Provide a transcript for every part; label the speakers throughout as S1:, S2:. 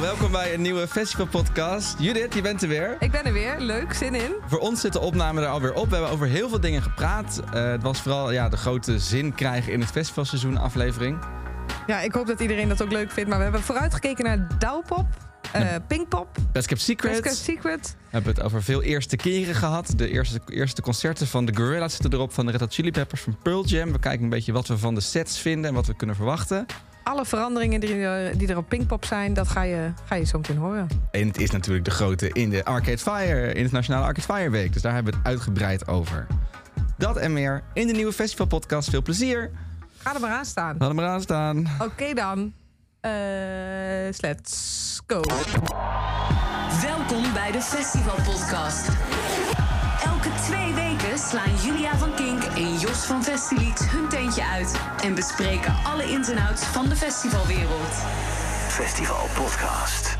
S1: welkom bij een nieuwe festivalpodcast. Judith, je bent er weer.
S2: Ik ben er weer. Leuk, zin in.
S1: Voor ons zit de opname er alweer op. We hebben over heel veel dingen gepraat. Eh, het was vooral ja, de grote zin krijgen in het festivalseizoen aflevering.
S2: Ja, ik hoop dat iedereen dat ook leuk vindt. Maar we hebben vooruitgekeken naar Douwpop, eh Pinkpop,
S1: Best Kept Secret.
S2: Casca Secret.
S1: We hebben het over veel eerste keren gehad. De eerste, eerste concerten van de Gorillaz zitten erop. Van de Red Hot Chili Peppers, van Pearl Jam. We kijken een beetje wat we van de sets vinden en wat we kunnen verwachten.
S2: Alle veranderingen die, er- die er op Pinkpop zijn, dat ga je, ga je zo meteen horen.
S1: En het is natuurlijk de grote in de Arcade Fire, Internationale Arcade Fire Week. Dus daar hebben we het uitgebreid over. Dat en meer in de nieuwe festivalpodcast. Veel plezier.
S2: Ga er maar aan staan.
S1: Laat hem eraan staan.
S2: Oké dan. Eh let's go.
S3: Welkom bij de Festival Podcast. Elke twee weken slaan Julia van Kink en Jos van Festilied hun tentje uit en bespreken alle ins en outs van de festivalwereld.
S4: Festival Podcast.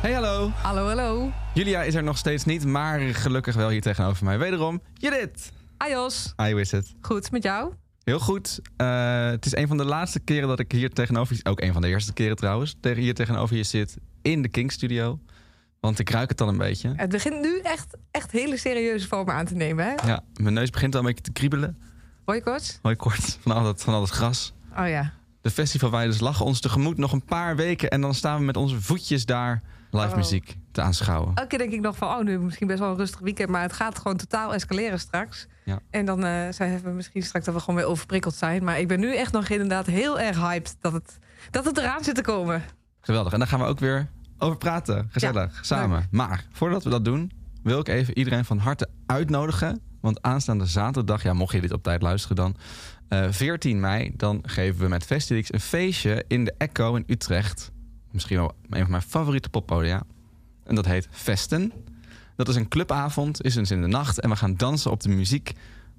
S1: Hey, hallo.
S2: Hallo, hallo.
S1: Julia is er nog steeds niet, maar gelukkig wel hier tegenover mij. Wederom, Judith.
S2: Ajos.
S1: I is het.
S2: Goed, met jou?
S1: Heel goed. Eh, het is een van de laatste keren dat ik hier tegenover je... Ook een van de eerste keren trouwens. tegen- Hier tegenover je zit in de King Studio. Want ik ruik het dan een beetje.
S2: Het begint nu echt, echt hele serieuze vormen aan te nemen, hè?
S1: Ja, mijn neus begint al een beetje te kriebelen.
S2: Hoi, Kots.
S1: Mooi kort, van al dat, van al dat gras.
S2: Oh ja.
S1: De festivalwijders lachen ons tegemoet nog een paar weken. En dan staan we met onze voetjes daar live
S2: Oh.
S1: muziek te aanschouwen.
S2: elke keer denk ik nog van, oh, nu misschien best wel een rustig weekend, maar het gaat gewoon totaal escaleren straks.
S1: Ja.
S2: En dan eh, zijn we misschien straks dat we gewoon weer overprikkeld zijn. Maar ik ben nu echt nog inderdaad heel erg hyped dat het, dat het eraan zit te komen.
S1: Geweldig. En daar gaan we ook weer over praten. Gezellig. samen. Maar voordat we dat doen, wil ik even iedereen van harte uitnodigen. Want aanstaande zaterdag, ja, mocht je dit op tijd luisteren dan. eh, 14 mei, dan geven we met Festilix een feestje in de Echo in Utrecht. Misschien wel een van mijn favoriete poppodia. En dat heet Festen. Dat is een clubavond, is eens in de nacht. En we gaan dansen op de muziek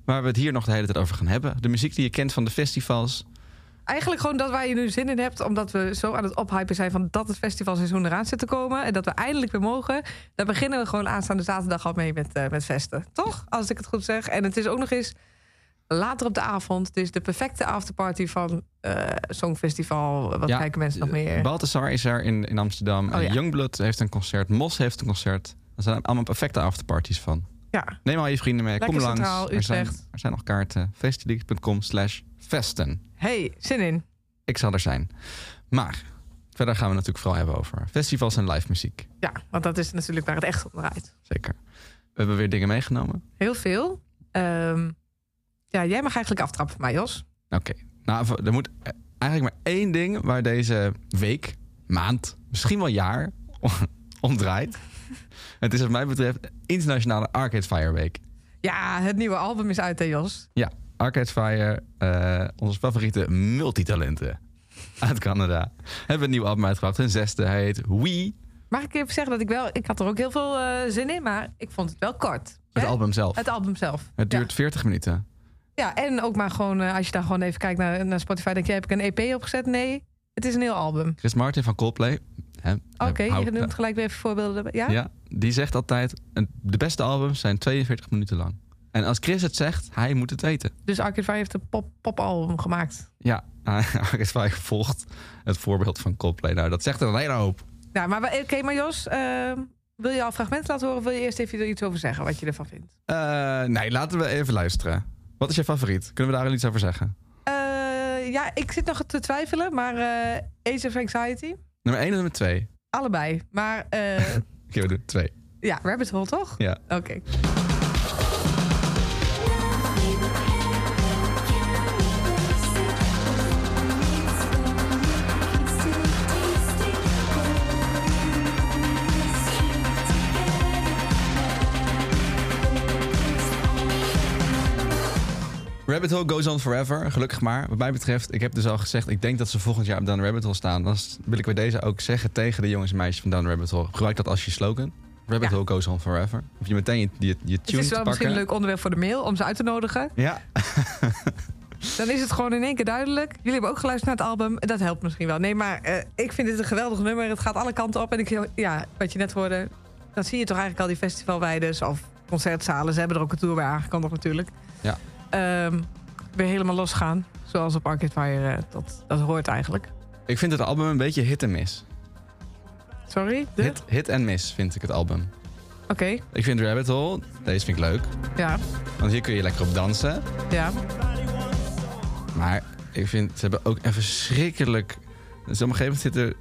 S1: waar we het hier nog de hele tijd over gaan hebben. De muziek die je kent van de festivals.
S2: Eigenlijk gewoon dat waar je nu zin in hebt, omdat we zo aan het ophypen zijn van dat het festivalseizoen eraan zit te komen en dat we eindelijk weer mogen. Daar beginnen we gewoon aanstaande zaterdag al mee met, eh, met festen. Toch? Als ik het goed zeg. En het is ook nog eens later op de avond, dus de perfecte afterparty van eh, Songfestival. Wat
S1: Ja,
S2: kijken mensen nog meer?
S1: Balthasar Eh, is er in, in Amsterdam.
S2: Oh,
S1: Eh,
S2: ja.
S1: Youngblood heeft een concert. Mos heeft een concert. Er zijn allemaal perfecte afterparties van.
S2: Ja,
S1: Neem al je vrienden mee.
S2: Lekker
S1: kom langs.
S2: centraal,
S1: er, zijn,
S2: Utrecht.
S1: er zijn nog kaarten. Festileaks.com slash festen.
S2: Hey, zin in.
S1: Ik zal er zijn. Maar verder gaan we natuurlijk vooral hebben over festivals en live muziek.
S2: Ja, want dat is natuurlijk waar het echt om draait.
S1: Zeker. We hebben weer dingen meegenomen.
S2: Heel veel. Ehm, ja, jij mag eigenlijk aftrappen van mij, Jos.
S1: Oké. Nou, v- er moet eh, eigenlijk maar één ding waar deze week, maand, misschien wel jaar om draait. Het is wat mij betreft Internationale Arcade Fire Week.
S2: Ja, het nieuwe album is uit, hè, Jos?
S1: Ja, Arcade Fire, eh, onze favoriete multitalenten uit Canada. Hebben een nieuw album uitgebracht. Hun zesde, hij heet We.
S2: Mag ik even zeggen dat ik wel... Ik had er ook heel veel eh, zin in, maar ik vond het wel kort.
S1: Het
S2: Hè?
S1: album zelf.
S2: Het album zelf.
S1: Het duurt
S2: Ja,
S1: 40 minuten.
S2: ja en ook maar gewoon... eh, als je daar gewoon even kijkt naar, naar Spotify... denk je, heb ik een EP opgezet? Nee, het is een heel album.
S1: Chris Martin van Coldplay. hè,
S2: Oké,
S1: houdt-
S2: je noemt gelijk weer even voorbeelden. erbij. Ja?
S1: Ja, die zegt altijd, een- de beste albums zijn 42 minuten lang. En als Chris het zegt, hij moet het weten.
S2: Dus Arcade Fire heeft een pop- popalbum gemaakt.
S1: Ja, Arcade Fire volgt het voorbeeld van Coldplay. Nou, dat zegt er een hele hoop.
S2: Nou, maar we- oké, maar Jos... ehm, wil je al fragmenten laten horen of wil je eerst even er iets over zeggen wat je ervan vindt?
S1: Eh, nee, laten we even luisteren. Wat is je favoriet? Kunnen we daar al iets over zeggen?
S2: Eh, ja, ik zit nog te twijfelen, maar eh Ace of Anxiety,
S1: Nummer 1 en nummer 2. Oké,
S2: allebei. Maar eh,
S1: we doen 2.
S2: ja, Rabbit Hole toch?
S1: Ja.
S2: Oké.
S1: Rabbit Hole goes on forever, gelukkig maar. Wat mij betreft, ik heb dus al gezegd... ik denk dat ze volgend jaar op Down Rabbit Hole staan. Dan s- wil ik bij deze ook zeggen tegen de jongens en meisjes van Down Rabbit Hole... gebruik dat als je slogan. Rabbit
S2: Ja.
S1: Hole goes on forever. Of je meteen je, je, je
S2: Het
S1: tune
S2: is
S1: te pakken.
S2: wel misschien een leuk onderwerp voor de mail om ze uit te nodigen.
S1: Ja,
S2: Dan is het gewoon in één keer duidelijk. Jullie hebben ook geluisterd naar het album. Dat helpt misschien wel. Nee, maar eh, ik vind dit een geweldig nummer. Het gaat alle kanten op. En ik, ja, wat je net hoorde, dan zie je toch eigenlijk al die festivalweides of concertzalen. Ze hebben er ook een tour bij aangekondigd natuurlijk.
S1: Ja.
S2: Ehm, weer helemaal losgaan, zoals op Arcade Fire eh, dat, dat hoort eigenlijk.
S1: ik vind het album een beetje hit en miss.
S2: Sorry? de-
S1: Hit, hit en miss vind ik het album.
S2: Oké,
S1: Ik vind Rabbit Hole, deze vind ik leuk.
S2: ja.
S1: Want hier kun je lekker op dansen.
S2: Ja.
S1: Maar ik vind, ze hebben ook een verschrikkelijk... Dus op een gegeven moment zit er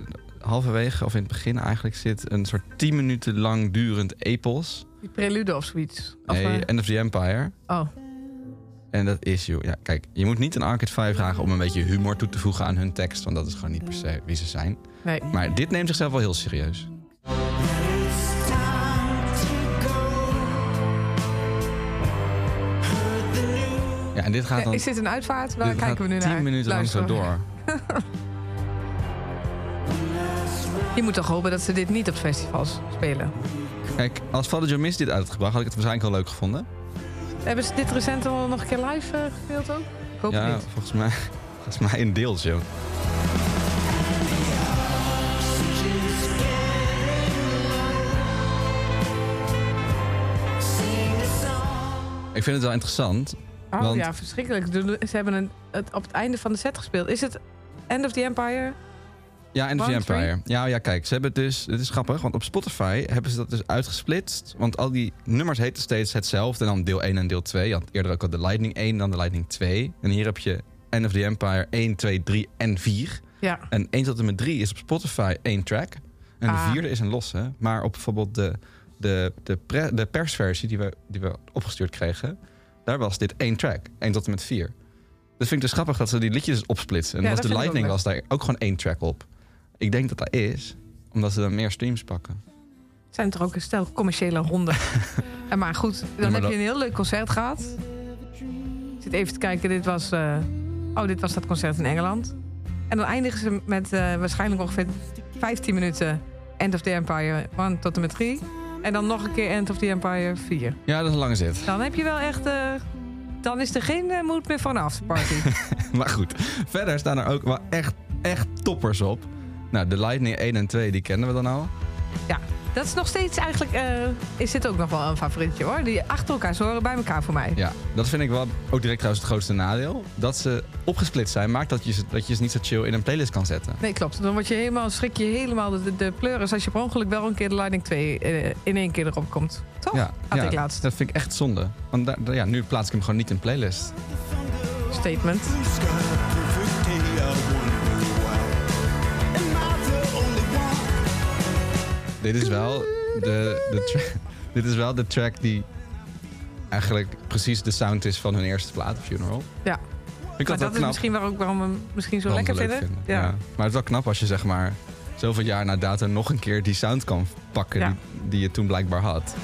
S1: halverwege, of in het begin eigenlijk, zit een soort 10 minuten lang durend epos.
S2: Die prelude of zoiets. Of,
S1: Nee,
S2: eh,
S1: End of the Empire.
S2: Oh,
S1: En dat is, joh. Ja, kijk, je moet niet een Arcade 5 vragen om een beetje humor toe te voegen aan hun tekst. Want dat is gewoon niet per se wie ze zijn.
S2: nee.
S1: Maar dit neemt zichzelf wel heel serieus. Ja, en dit gaat
S2: Ja,
S1: dan...
S2: is dit een uitvaart? Waar
S1: dit
S2: kijken we nu
S1: gaat
S2: naar?
S1: 10 minuten lang zo
S2: Luisteren.
S1: door.
S2: Je moet toch hopen dat ze dit niet op festivals spelen.
S1: Kijk, als Father Joe Miss dit uit had gebracht, had ik het waarschijnlijk wel leuk gevonden.
S2: Hebben ze dit recent al nog een keer live eh, gespeeld ook? Ik hoop
S1: ja,
S2: het niet.
S1: volgens mij, volgens mij een deels, joh. Ik vind het wel interessant.
S2: Oh
S1: want-
S2: ja, verschrikkelijk. Ze hebben een, het op het einde van de set gespeeld. Is het End of the Empire?
S1: Ja, en de
S2: One,
S1: Vampire. Ja, ja, kijk, ze hebben het dus. Het is grappig, want op Spotify hebben ze dat dus uitgesplitst. Want al die nummers heten steeds hetzelfde. En dan deel 1 en deel 2. Je had eerder ook al de Lightning 1, dan de Lightning 2. En hier heb je End of the Empire 1, 2, 3 en 4.
S2: Ja.
S1: En 1 tot en met 3 is op Spotify één track. En
S2: Ah.
S1: de vierde is een losse. Maar op bijvoorbeeld de, de, de, pre- de persversie die we, die we opgestuurd kregen... daar was dit één track. 1 tot en met 4. Dat vind ik dus grappig dat ze die liedjes dus opsplitsen. En
S2: Ja,
S1: was
S2: dat
S1: de
S2: vind ik ook
S1: Lightning
S2: leuk.
S1: was daar ook gewoon één track op. Ik denk dat dat is, omdat ze dan meer streams pakken.
S2: Zijn er ook een stel commerciële honden. en maar goed, dan
S1: maar
S2: heb
S1: dat-
S2: je een heel leuk concert gehad. Ik zit even te kijken, dit was, eh, oh, dit was dat concert in Engeland. En dan eindigen ze met eh, waarschijnlijk ongeveer 15 minuten End of the Empire 1 tot en met 3. En dan nog een keer End of the Empire 4.
S1: Ja, dat is een lange zit.
S2: Dan heb je wel echt... eh, dan is er geen eh, moed meer voor een afterparty.
S1: Maar goed, verder staan er ook wel echt, echt toppers op. Nou, de Lightning 1 en 2, die kennen we dan al.
S2: ja, dat is nog steeds eigenlijk... eh, is dit ook nog wel een favorietje hoor. Die achter elkaar, ze horen bij elkaar voor mij.
S1: Ja, dat vind ik wel ook direct trouwens het grootste nadeel. Dat ze opgesplitst zijn, maakt dat je ze, dat je ze niet zo chill in een playlist kan zetten.
S2: Nee, klopt. Dan word je helemaal, schrik je helemaal de, de, de pleuris als je per ongeluk wel een keer de Lightning 2 eh, in één keer erop komt. Toch?
S1: ja,
S2: Had
S1: ja,
S2: ik laatst.
S1: Dat vind ik echt zonde. Want daar- daar- ja, nu plaats ik hem gewoon niet in playlist.
S2: Statement.
S1: Dit is wel de, de, tra- dit is wel de track die eigenlijk precies de sound is van hun eerste plaat, Funeral.
S2: Ja.
S1: Ik had
S2: Maar dat is misschien waar ook waarom we hem misschien zo lekker vinden.
S1: Ja. Maar het is wel knap als je zeg maar zoveel jaar na data nog een keer die sound kan pakken
S2: Ja.
S1: die, die je toen blijkbaar had.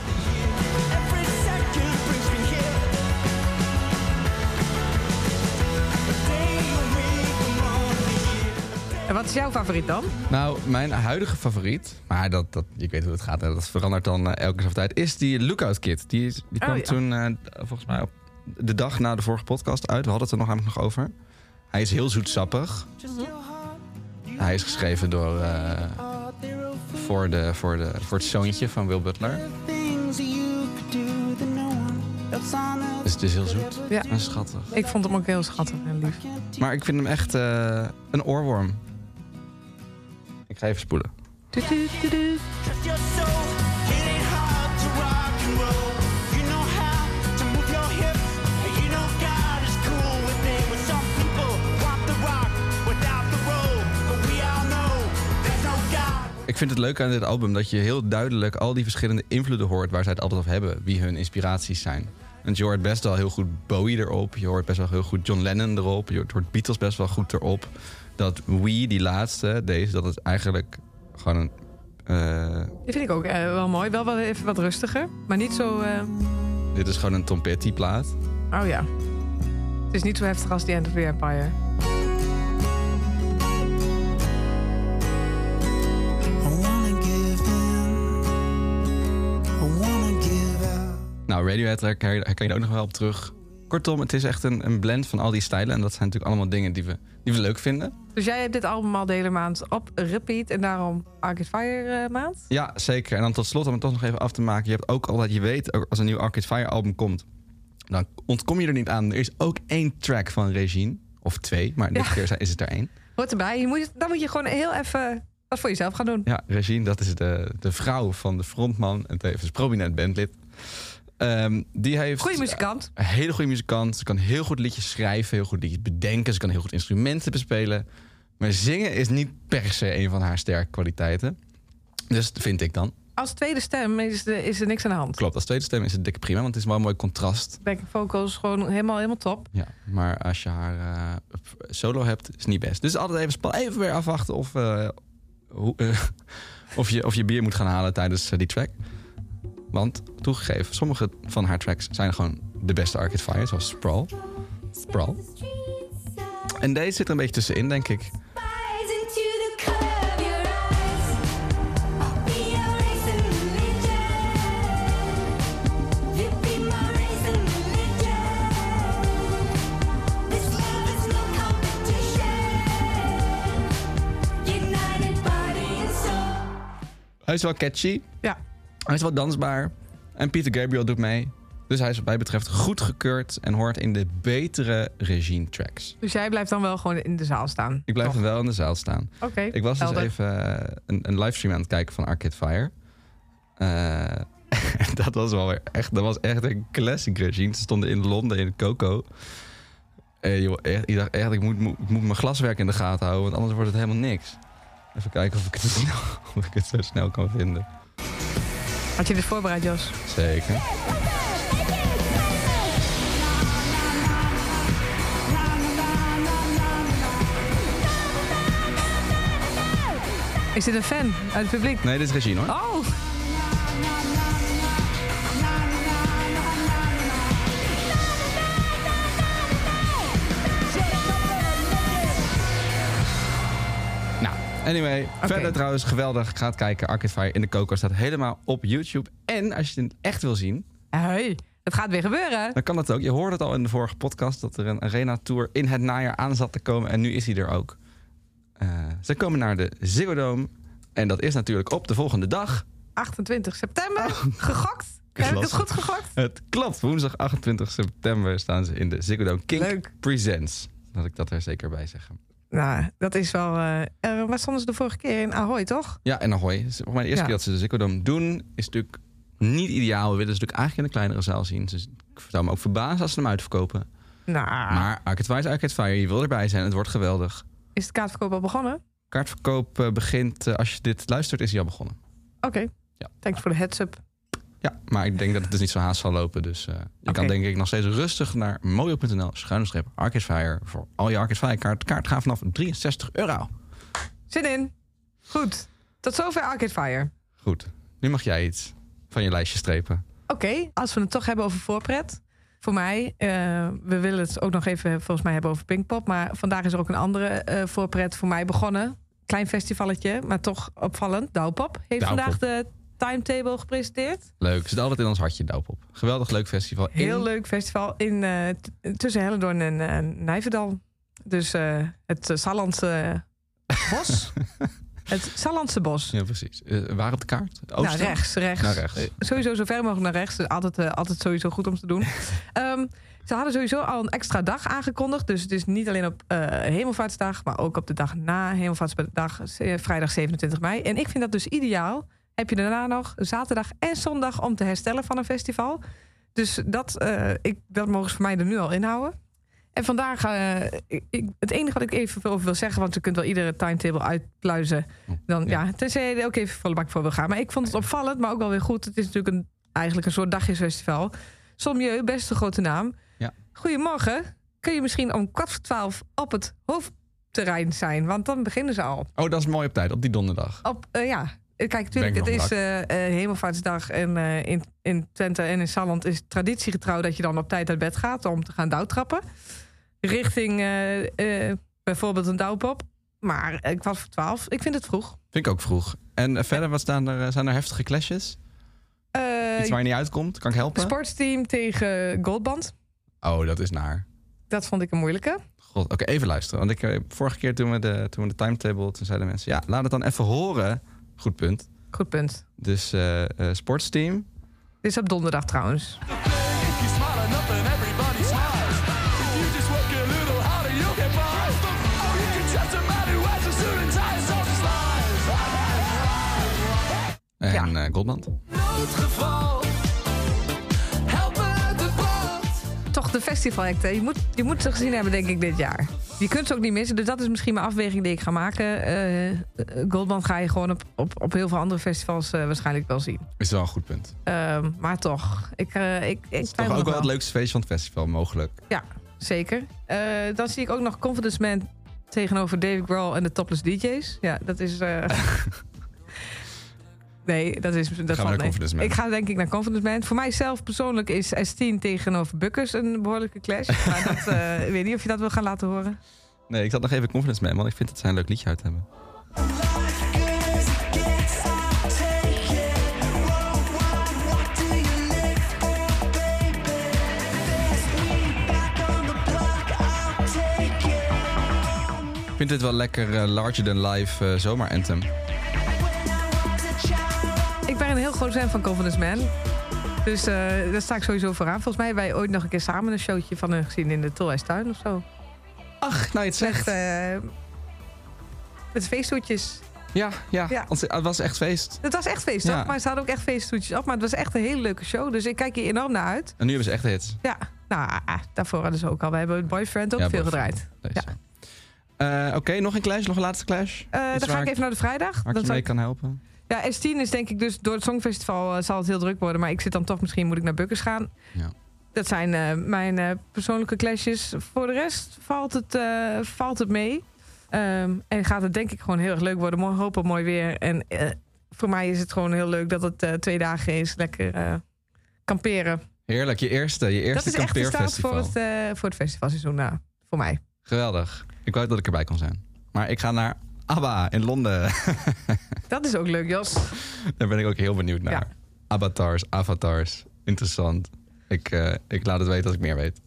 S2: En wat is jouw favoriet dan?
S1: Nou, mijn huidige favoriet, maar dat, dat, ik weet hoe het gaat en dat verandert dan eh, elke zoveel tijd, is die Lookout Kit. Die, is- die
S2: Oh,
S1: kwam
S2: ja.
S1: toen eh, volgens mij op de dag na de vorige podcast uit. We hadden het er nog namelijk nog over. Hij is heel zoetsappig. Hij is geschreven door, eh, voor, de, voor, de, voor het zoontje van Will Butler. Dus het is heel zoet
S2: Ja.
S1: en schattig.
S2: Ik vond hem ook heel schattig en lief.
S1: Maar ik vind hem echt eh, een oorworm. Ik ga even spoelen.
S2: Du- du- du- du.
S1: Ik vind het leuk aan dit album dat je heel duidelijk al die verschillende invloeden hoort waar zij het altijd over hebben, wie hun inspiraties zijn. Want je hoort best wel heel goed Bowie erop, je hoort best wel heel goed John Lennon erop, je hoort Beatles best wel goed erop. Dat We, die laatste, deze, dat is eigenlijk gewoon een. eh,
S2: Die vind ik ook eh, wel mooi. Wel, wel even wat rustiger. Maar niet zo... eh,
S1: dit is gewoon een Tom Petty plaat.
S2: Oh ja. Het is niet zo heftig als die End of the Empire.
S1: Nou, Radiohead her- herken je er ook nog wel op terug. Kortom, het is echt een, een blend van al die stijlen. En dat zijn natuurlijk allemaal dingen die we, die we leuk vinden.
S2: Dus jij hebt dit album al de hele maand op repeat. En daarom Arcade Fire eh, maand.
S1: Ja, zeker. En dan tot slot, om het toch nog even af te maken. Je hebt ook al dat je weet, ook als een nieuw Arcade Fire album komt... dan ontkom je er niet aan. Er is ook één track van Regine. Of twee, maar dit
S2: Ja.
S1: keer is het er één.
S2: Hoort erbij. Je moet, dan moet je gewoon heel even Dat voor jezelf gaan doen.
S1: Ja, Regine, dat is de, de vrouw van de frontman en tevens prominent bandlid. Ehm, die heeft
S2: Goeie muzikant.
S1: een hele goede muzikant. Ze kan heel goed liedjes schrijven, heel goed liedjes bedenken. Ze kan heel goed instrumenten bespelen. Maar zingen is niet per se een van haar sterke kwaliteiten. Dus vind ik dan.
S2: Als tweede stem is, de- is er niks aan de hand.
S1: Klopt, als tweede stem is het dikke prima, want het is wel een mooi contrast.
S2: Backing vocals gewoon helemaal, helemaal top.
S1: Ja, maar als je haar eh, op solo hebt, is het niet best. Dus altijd even, spa- even weer afwachten of, eh, hoe, eh, of, je, of je bier moet gaan halen tijdens eh, die track. Want toegegeven, sommige van haar tracks zijn gewoon de beste Arcade Fire, zoals Sprawl. Sprawl. En deze zit er een beetje tussenin, denk ik. Hij is wel catchy,
S2: Ja.
S1: hij is wel dansbaar. En Peter Gabriel doet mee. Dus hij is wat mij betreft goed gekeurd en hoort in de betere regime tracks.
S2: Dus jij blijft dan wel gewoon in de zaal staan.
S1: Ik blijf
S2: Toch?
S1: hem wel in de zaal staan.
S2: Oké.
S1: Ik was dus
S2: helder.
S1: even eh, een, een livestream aan het kijken van Arcade Fire. Eh, dat was wel weer echt, dat was echt een classic regime. Ze stonden in Londen in het Coco. Eh, joh, echt, ik dacht echt, ik moet, moet- ik moet mijn glaswerk in de gaten houden, want anders wordt het helemaal niks. Even kijken of ik het, snel, of ik het zo snel kan vinden.
S2: Had je dit voorbereid, Jos?
S1: Zeker.
S2: Is dit een fan uit het publiek?
S1: Nee, dit is Regine hoor.
S2: Oh!
S1: Nou, anyway. Verder trouwens, geweldig. Ga het kijken. Arcade Fire in de Coco staat helemaal op YouTube. En als je het echt wil zien,
S2: Hey, het gaat weer gebeuren.
S1: Dan kan dat ook. Je hoorde het al in de vorige podcast dat er een arena tour in het najaar aan zat te komen. En nu is hij er ook. Eh, ze komen naar de Ziggo Dome. En dat is natuurlijk op de volgende dag.
S2: 28 september.
S1: Oh.
S2: Gegokt. Heb ik het
S1: klasse.
S2: goed gegokt?
S1: Het klopt. Woensdag 28 september staan ze in de Ziggo Dome. Kink
S2: Leuk.
S1: Presents. Laat ik dat er zeker bij zeggen.
S2: Nou, dat is wel... eh eh, waar stonden ze de vorige keer? In Ahoy, toch?
S1: Ja, en Ahoy. Volgens mij de eerste
S2: Ja.
S1: keer dat ze de Ziggo Dome doen is natuurlijk niet ideaal. We willen ze natuurlijk eigenlijk in een kleinere zaal zien. Dus ik zou me ook verbazen als ze hem uitverkopen.
S2: Nou,
S1: Maar Arcade Fire is Arcade Fire. Je wil erbij zijn. Het wordt geweldig.
S2: is het kaartverkoop al begonnen? Oké.
S1: Kaartverkoop eh, begint, eh, als je dit luistert, is hij al begonnen. Ja.
S2: Thanks voor de heads-up.
S1: Ja, maar ik denk dat het dus niet zo haast zal lopen. Dus eh, je
S2: Oké.
S1: kan denk ik nog steeds rustig naar mojo.nl schuine streep Arcade Fire voor al je Arcade Fire kaart. Kaart gaat vanaf 63 euro.
S2: Zin in. Goed. Tot zover Arcade Fire.
S1: Goed, nu mag jij iets van je lijstje strepen.
S2: Oké, als we het toch hebben over voorpret. Voor mij, eh, we willen het ook nog even volgens mij hebben over Pinkpop. Maar vandaag is er ook een andere eh, voorpret voor mij begonnen. Klein festivalletje, maar toch opvallend. Douwpop heeft
S1: Douwpop.
S2: vandaag de timetable gepresenteerd.
S1: Leuk, zit altijd in ons hartje Douwpop. Geweldig leuk festival. in-
S2: Heel leuk festival in, eh, t- tussen Hellendoorn en eh, Nijverdal. Dus eh, het eh, Sallandse bos. het Sallandse bos.
S1: Ja, precies. Eh, waar op de kaart? Oosten?
S2: Nou, rechts, rechts.
S1: Naar rechts.
S2: sowieso zo ver mogelijk naar rechts. Dus altijd, eh, altijd sowieso goed om te doen. Ehm, ze hadden sowieso al een extra dag aangekondigd. Dus het is niet alleen op eh Hemelvaartsdag, maar ook op de dag na Hemelvaartsdag, eh, vrijdag 27 mei. En ik vind dat dus ideaal. Heb je daarna nog zaterdag en zondag om te herstellen van een festival. Dus dat, eh, ik, dat mogen ze voor mij er nu al inhouden. En vandaag, eh, ik, ik- het enige wat ik even over wil zeggen, want je kunt wel iedere timetable uitpluizen. Dan, ja. tenzij je er ook even volle bak voor wil gaan. Maar ik vond het opvallend, maar ook wel weer goed. Het is natuurlijk een, eigenlijk een soort dagjesfestival. Sommieu, best een grote naam.
S1: Ja.
S2: Goedemorgen. Kun je misschien om kwart voor twaalf op het hoofdterrein zijn? Want dan beginnen ze al.
S1: Oh, dat is mooi op tijd, op die donderdag.
S2: Op, eh, ja, kijk, tuurlijk,
S1: Ben
S2: het
S1: ik nog
S2: is eh eh, Hemelvaartsdag. En eh, in, in Twente en in Salland is traditiegetrouw dat je dan op tijd uit bed gaat om te gaan douwtrappen. Richting eh, eh, bijvoorbeeld een douwpop. Maar eh, kwart voor twaalf, ik vind het vroeg.
S1: Vind ik ook vroeg. En eh, verder, wat staan er, eh, zijn er heftige clashes?
S2: Eh,
S1: Iets waar je niet uitkomt? Kan ik helpen?
S2: sportsteam tegen Goldband.
S1: Oh, dat is naar.
S2: Dat vond ik een moeilijke.
S1: God, oké, even luisteren. Want ik, eh, vorige keer toen we, de, toen we de timetable, toen zeiden mensen... ja, laat het dan even horen. Goed punt.
S2: Goed punt.
S1: Dus eh, eh, sportsteam.
S2: Dit is op donderdag trouwens.
S5: Just a man who has a suit and tie, so slides.
S1: eh, Goldband.
S5: Noodgeval, help me uit de brand.
S2: Toch de festivalacte. Je moet, je moet ze gezien hebben, denk ik, dit jaar. Je kunt ze ook niet missen. Dus dat is misschien mijn afweging die ik ga maken. Eh, eh, Goldband ga je gewoon op, op, op heel veel andere festivals eh, waarschijnlijk wel zien.
S1: Is wel een goed punt.
S2: Ehm, maar toch, ik, eh ik, ik
S1: Toch
S2: twijfel
S1: ook
S2: nog
S1: wel het leukste feestje van het festival, mogelijk.
S2: Ja, zeker. Eh, dan zie ik ook nog Confidence Man tegenover David Grohl en de Topless DJ's. Ja, dat is. eh, nee, dat is. Dat valt
S1: naar
S2: mee.
S1: Confidence Man.
S2: Ik ga denk ik naar Confidence Man. Voor mijzelf persoonlijk is S10 tegenover Bukkers een behoorlijke clash. Maar dat, eh, ik weet niet of je dat wil gaan laten horen.
S1: Nee, ik zat nog even Confidence Man, want ik vind dat zij een leuk liedje uit hebben. Ik vind dit wel lekker eh, larger than life eh, zomaar anthem.
S2: Ik ben een heel groot fan van Confidence Man. Dus eh, daar sta ik sowieso voor aan. Volgens mij hebben wij ooit nog een keer samen een showtje van hun gezien in de Tolhuistuin of zo.
S1: Ach, nou je het
S2: Echt, eh, met feesthoedjes.
S1: Ja, ja,
S2: Ja.
S1: want Het was echt feest.
S2: Het was echt feest, toch?
S1: Ja.
S2: Maar ze hadden ook echt feesttoetjes af. Maar het was echt een hele leuke show. Dus ik kijk hier enorm naar uit.
S1: En nu hebben ze echt hits.
S2: Ja, nou, ah, daarvoor hadden ze ook al. We hebben Boyfriend ook
S1: Ja,
S2: veel
S1: Boyfriend.
S2: gedraaid.
S1: Deze.
S2: Ja.
S1: Eh, Oké, nog een clash, nog een laatste clash.
S2: Eh,
S1: Iets
S2: dan
S1: waar
S2: ga ik even naar de vrijdag.
S1: Waar ik
S2: Dan
S1: je
S2: zal
S1: mee
S2: ik-
S1: kan helpen.
S2: ja, S10 is denk ik dus door het Songfestival eh, zal het heel druk worden. Maar ik zit dan toch, misschien moet ik naar Bukkers gaan.
S1: Ja.
S2: Dat zijn eh, mijn eh, persoonlijke clashes. Voor de rest valt het, eh, valt het mee. Ehm, en gaat het denk ik gewoon heel erg leuk worden. Morgen hopen mooi weer. En eh, voor mij is het gewoon heel leuk dat het eh, twee dagen is. Lekker eh, kamperen.
S1: Heerlijk, je eerste, je
S2: Dat
S1: eerste
S2: is echt de start
S1: kampeerfestival.
S2: voor het, eh, voor het festivalseizoen, nou, voor mij.
S1: Geweldig. Ik wou dat ik erbij kon zijn. Maar ik ga naar ABBA in Londen.
S2: Dat is ook leuk, Jos.
S1: Daar ben ik ook heel benieuwd naar.
S2: Ja.
S1: Avatars, avatars. Interessant. Ik, eh, ik laat het weten als ik meer weet.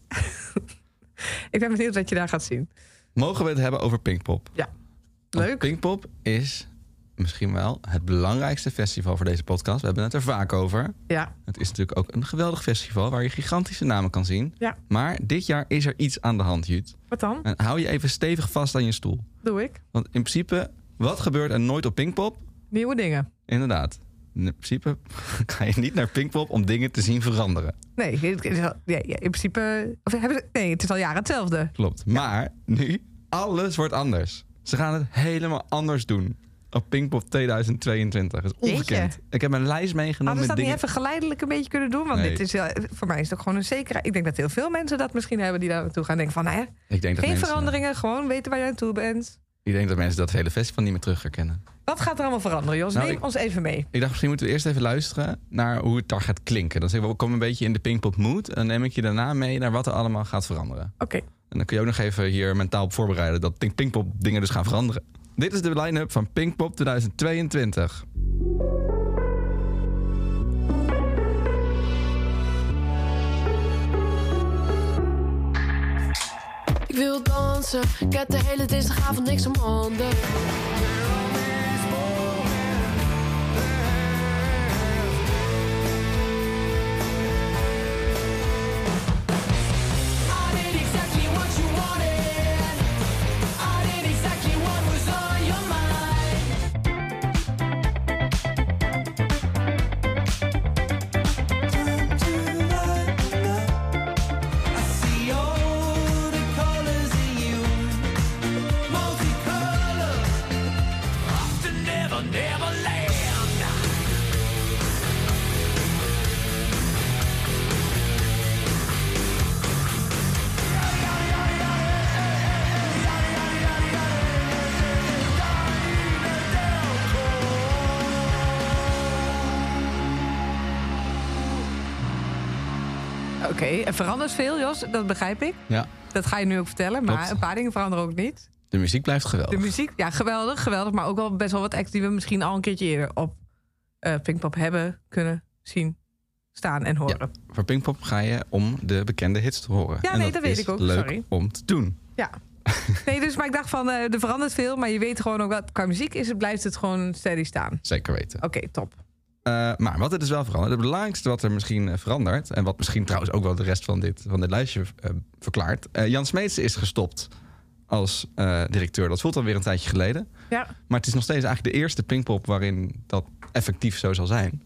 S2: Ik ben benieuwd wat je daar gaat zien.
S1: Mogen we het hebben over Pinkpop? Want
S2: Leuk.
S1: Pinkpop is misschien wel het belangrijkste festival voor deze podcast. We hebben het er vaak over.
S2: Ja,
S1: Het is natuurlijk ook een geweldig festival waar je gigantische namen kan zien.
S2: Ja.
S1: Maar dit jaar is er iets aan de hand, Jut.
S2: wat dan?
S1: En hou je even stevig vast aan je stoel.
S2: Doe ik.
S1: Want in principe, wat gebeurt er nooit op Pinkpop?
S2: Nieuwe dingen.
S1: Inderdaad. In principe ga je niet naar Pinkpop om dingen te zien veranderen.
S2: Nee, het is al- ja, ja, in principe... Of hebben ze- nee, het is al jaren hetzelfde.
S1: Klopt. Maar nu, alles wordt anders. Ze gaan het helemaal anders doen op Pinkpop 2022. Dat is
S2: Jeetje.
S1: ongekend. Ik heb een lijst meegenomen
S2: Hadden
S1: met
S2: ze dat
S1: dingen...
S2: niet even geleidelijk een beetje kunnen doen? Want
S1: Nee.
S2: dit is, eh, voor mij is het ook gewoon een zekerheid. Ik denk dat heel veel mensen dat misschien hebben die daar naartoe gaan. Denken van, nou ja,
S1: Ik denk dat
S2: geen
S1: mensen,
S2: veranderingen. Gewoon weten waar je naartoe bent.
S1: Ik denk dat mensen dat hele festival niet meer terug herkennen.
S2: Wat gaat er allemaal veranderen, Jos?
S1: Nou,
S2: Neem
S1: ik-
S2: ons even mee.
S1: Ik dacht, misschien moeten we eerst even luisteren naar hoe het daar gaat klinken. Dan zeg ik, we komen een beetje in de Pinkpop mood. En dan neem ik je daarna mee naar wat er allemaal gaat veranderen.
S2: Oké.
S1: En dan kun je ook nog even hier mentaal op voorbereiden dat Pink- Pinkpop dingen dus gaan veranderen. Dit is de line-up van Pinkpop 2022.
S5: Ik wil dansen, ik heb de hele dinsdagavond niks om handen.
S2: Oké, er verandert veel, Jos. Dat begrijp ik.
S1: Ja,
S2: Dat ga je nu ook vertellen, maar
S1: Klopt.
S2: een paar dingen veranderen ook niet.
S1: de muziek blijft geweldig.
S2: De muziek, ja, geweldig, geweldig. Maar ook wel best wel wat acts die we misschien al een keertje eerder op eh Pinkpop hebben kunnen zien, staan en horen. Ja,
S1: Voor Pinkpop ga je om de bekende hits te horen.
S2: Ja,
S1: en
S2: nee, dat weet
S1: is
S2: ik ook.
S1: leuk
S2: Sorry.
S1: om te doen.
S2: Nee, dus maar ik dacht van, eh, er verandert veel. Maar je weet gewoon ook wat qua muziek is, het blijft het gewoon steady staan. Oké,
S1: Zeker weten.
S2: top.
S1: Eh, maar wat er dus wel verandert, het belangrijkste wat er misschien eh, verandert... en wat misschien trouwens ook wel de rest van dit, van dit lijstje eh, verklaart... eh, Jan Smeets is gestopt als eh, directeur. Dat voelt alweer een tijdje geleden.
S2: Ja,
S1: Maar het is nog steeds eigenlijk de eerste Pinkpop waarin dat effectief zo zal zijn.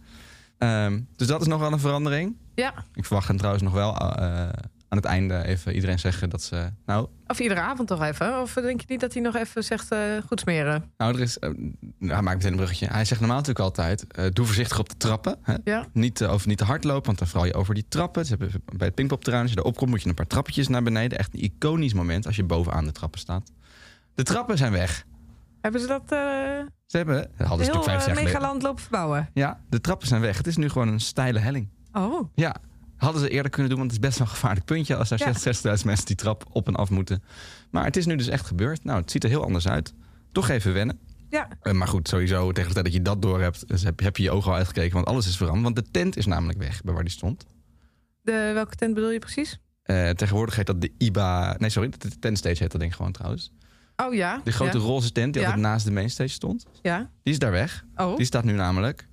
S1: Ehm, dus dat is nog wel een verandering.
S2: Ja,
S1: Ik verwacht hen trouwens nog wel eh, aan het einde even iedereen zeggen dat ze... Nou,
S2: of iedere avond toch even. Of denk je niet dat hij nog even zegt, eh, goed smeren?
S1: nou er is... eh, nou, hij maakt meteen een bruggetje. Hij zegt normaal natuurlijk altijd, eh, doe voorzichtig op de trappen. Hè?
S2: Ja.
S1: Niet, te- of niet te hard lopen, want dan val je over die trappen. Ze hebben bij het pingpopterrein, als je erop komt, moet je een paar trappetjes naar beneden. Echt een iconisch moment als je bovenaan de trappen staat. De trappen zijn weg.
S2: Hebben ze dat eh
S1: Ze hebben, dat hadden ze
S2: heel
S1: natuurlijk
S2: eh,
S1: vijf jaar geleden.
S2: megaland lopen verbouwen?
S1: Ja, de trappen zijn weg. Het is nu gewoon een steile helling.
S2: Oh,
S1: Ja, hadden ze eerder kunnen doen, want het is best wel een gevaarlijk puntje als
S2: Ja.
S1: er 60.000 mensen die trap op en af moeten. Maar het is nu dus echt gebeurd. Nou, het ziet er heel anders uit. Toch even wennen.
S2: ja.
S1: Eh, Maar goed, sowieso tegen de tijd dat je dat door hebt, dus heb, heb je je ogen al uitgekeken, want alles is veranderd. Want de tent is namelijk weg bij waar die stond.
S2: De, welke tent bedoel je precies?
S1: Eh, tegenwoordig heet dat de IBA. Nee, sorry, de tentstage heet dat ding gewoon trouwens.
S2: Oh ja.
S1: De grote
S2: ja.
S1: roze tent die
S2: Ja.
S1: altijd naast de mainstage stond,
S2: ja.
S1: die is daar weg.
S2: Oh,
S1: Die staat nu namelijk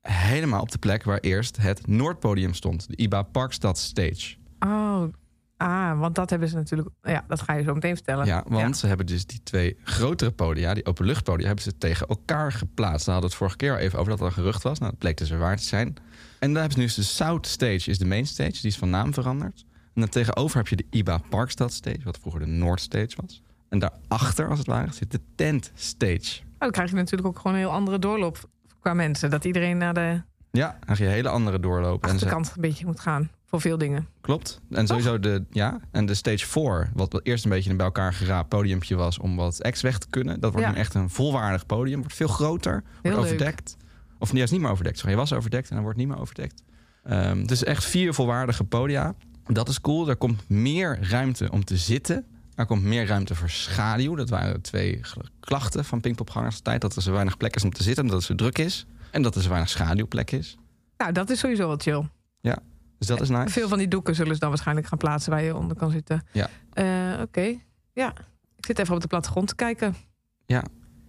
S1: helemaal op de plek waar eerst het Noordpodium stond. De IBA Parkstad Stage.
S2: oh. Ah, want dat hebben ze natuurlijk... Ja, dat ga je zo meteen vertellen.
S1: Ja, want ze hebben dus die twee grotere podia, die openluchtpodia, hebben ze tegen elkaar geplaatst. Daar hadden we het vorige keer al even over dat er een gerucht was. Nou, dat bleek dus weer waar te zijn. En daar hebben ze nu dus de South Stage, is de main stage. Die is van naam veranderd. En dan tegenover heb je de IBA Parkstad Stage, wat vroeger de Noord Stage was. En daarachter, als het ware, zit de Tent Stage.
S2: Oh, dan krijg je natuurlijk ook gewoon een heel andere doorloop qua mensen. Dat iedereen naar de
S1: Ja, dan ga je hele andere doorlopen. En ze-
S2: achterkant een beetje moet gaan. Voor veel dingen.
S1: Klopt. En sowieso
S2: Ah.
S1: de, ja, en de stage 4, wat wel eerst een beetje een bij elkaar geraapt podiumpje was om wat acts weg te kunnen. Dat wordt
S2: Ja.
S1: nu echt een volwaardig podium. Wordt veel groter,
S2: Heel
S1: wordt
S2: leuk.
S1: overdekt. Of juist niet meer overdekt. Sorry, je was overdekt en dan wordt niet meer overdekt. Ehm, dus echt vier volwaardige podia. Dat is cool. Er komt meer ruimte om te zitten. Er komt meer ruimte voor schaduw. Dat waren twee g- klachten van Pinkpopgangers de tijd. Dat er zo weinig plek is om te zitten, omdat het zo druk is. En dat er zo weinig schaduwplek is.
S2: Nou, dat is sowieso wat chill.
S1: Dus dat is nice.
S2: Veel van die doeken zullen ze dan waarschijnlijk gaan plaatsen waar je onder kan zitten.
S1: Ja.
S2: Eh, Oké, ja. Ik zit even op de plattegrond te kijken.
S1: Ja.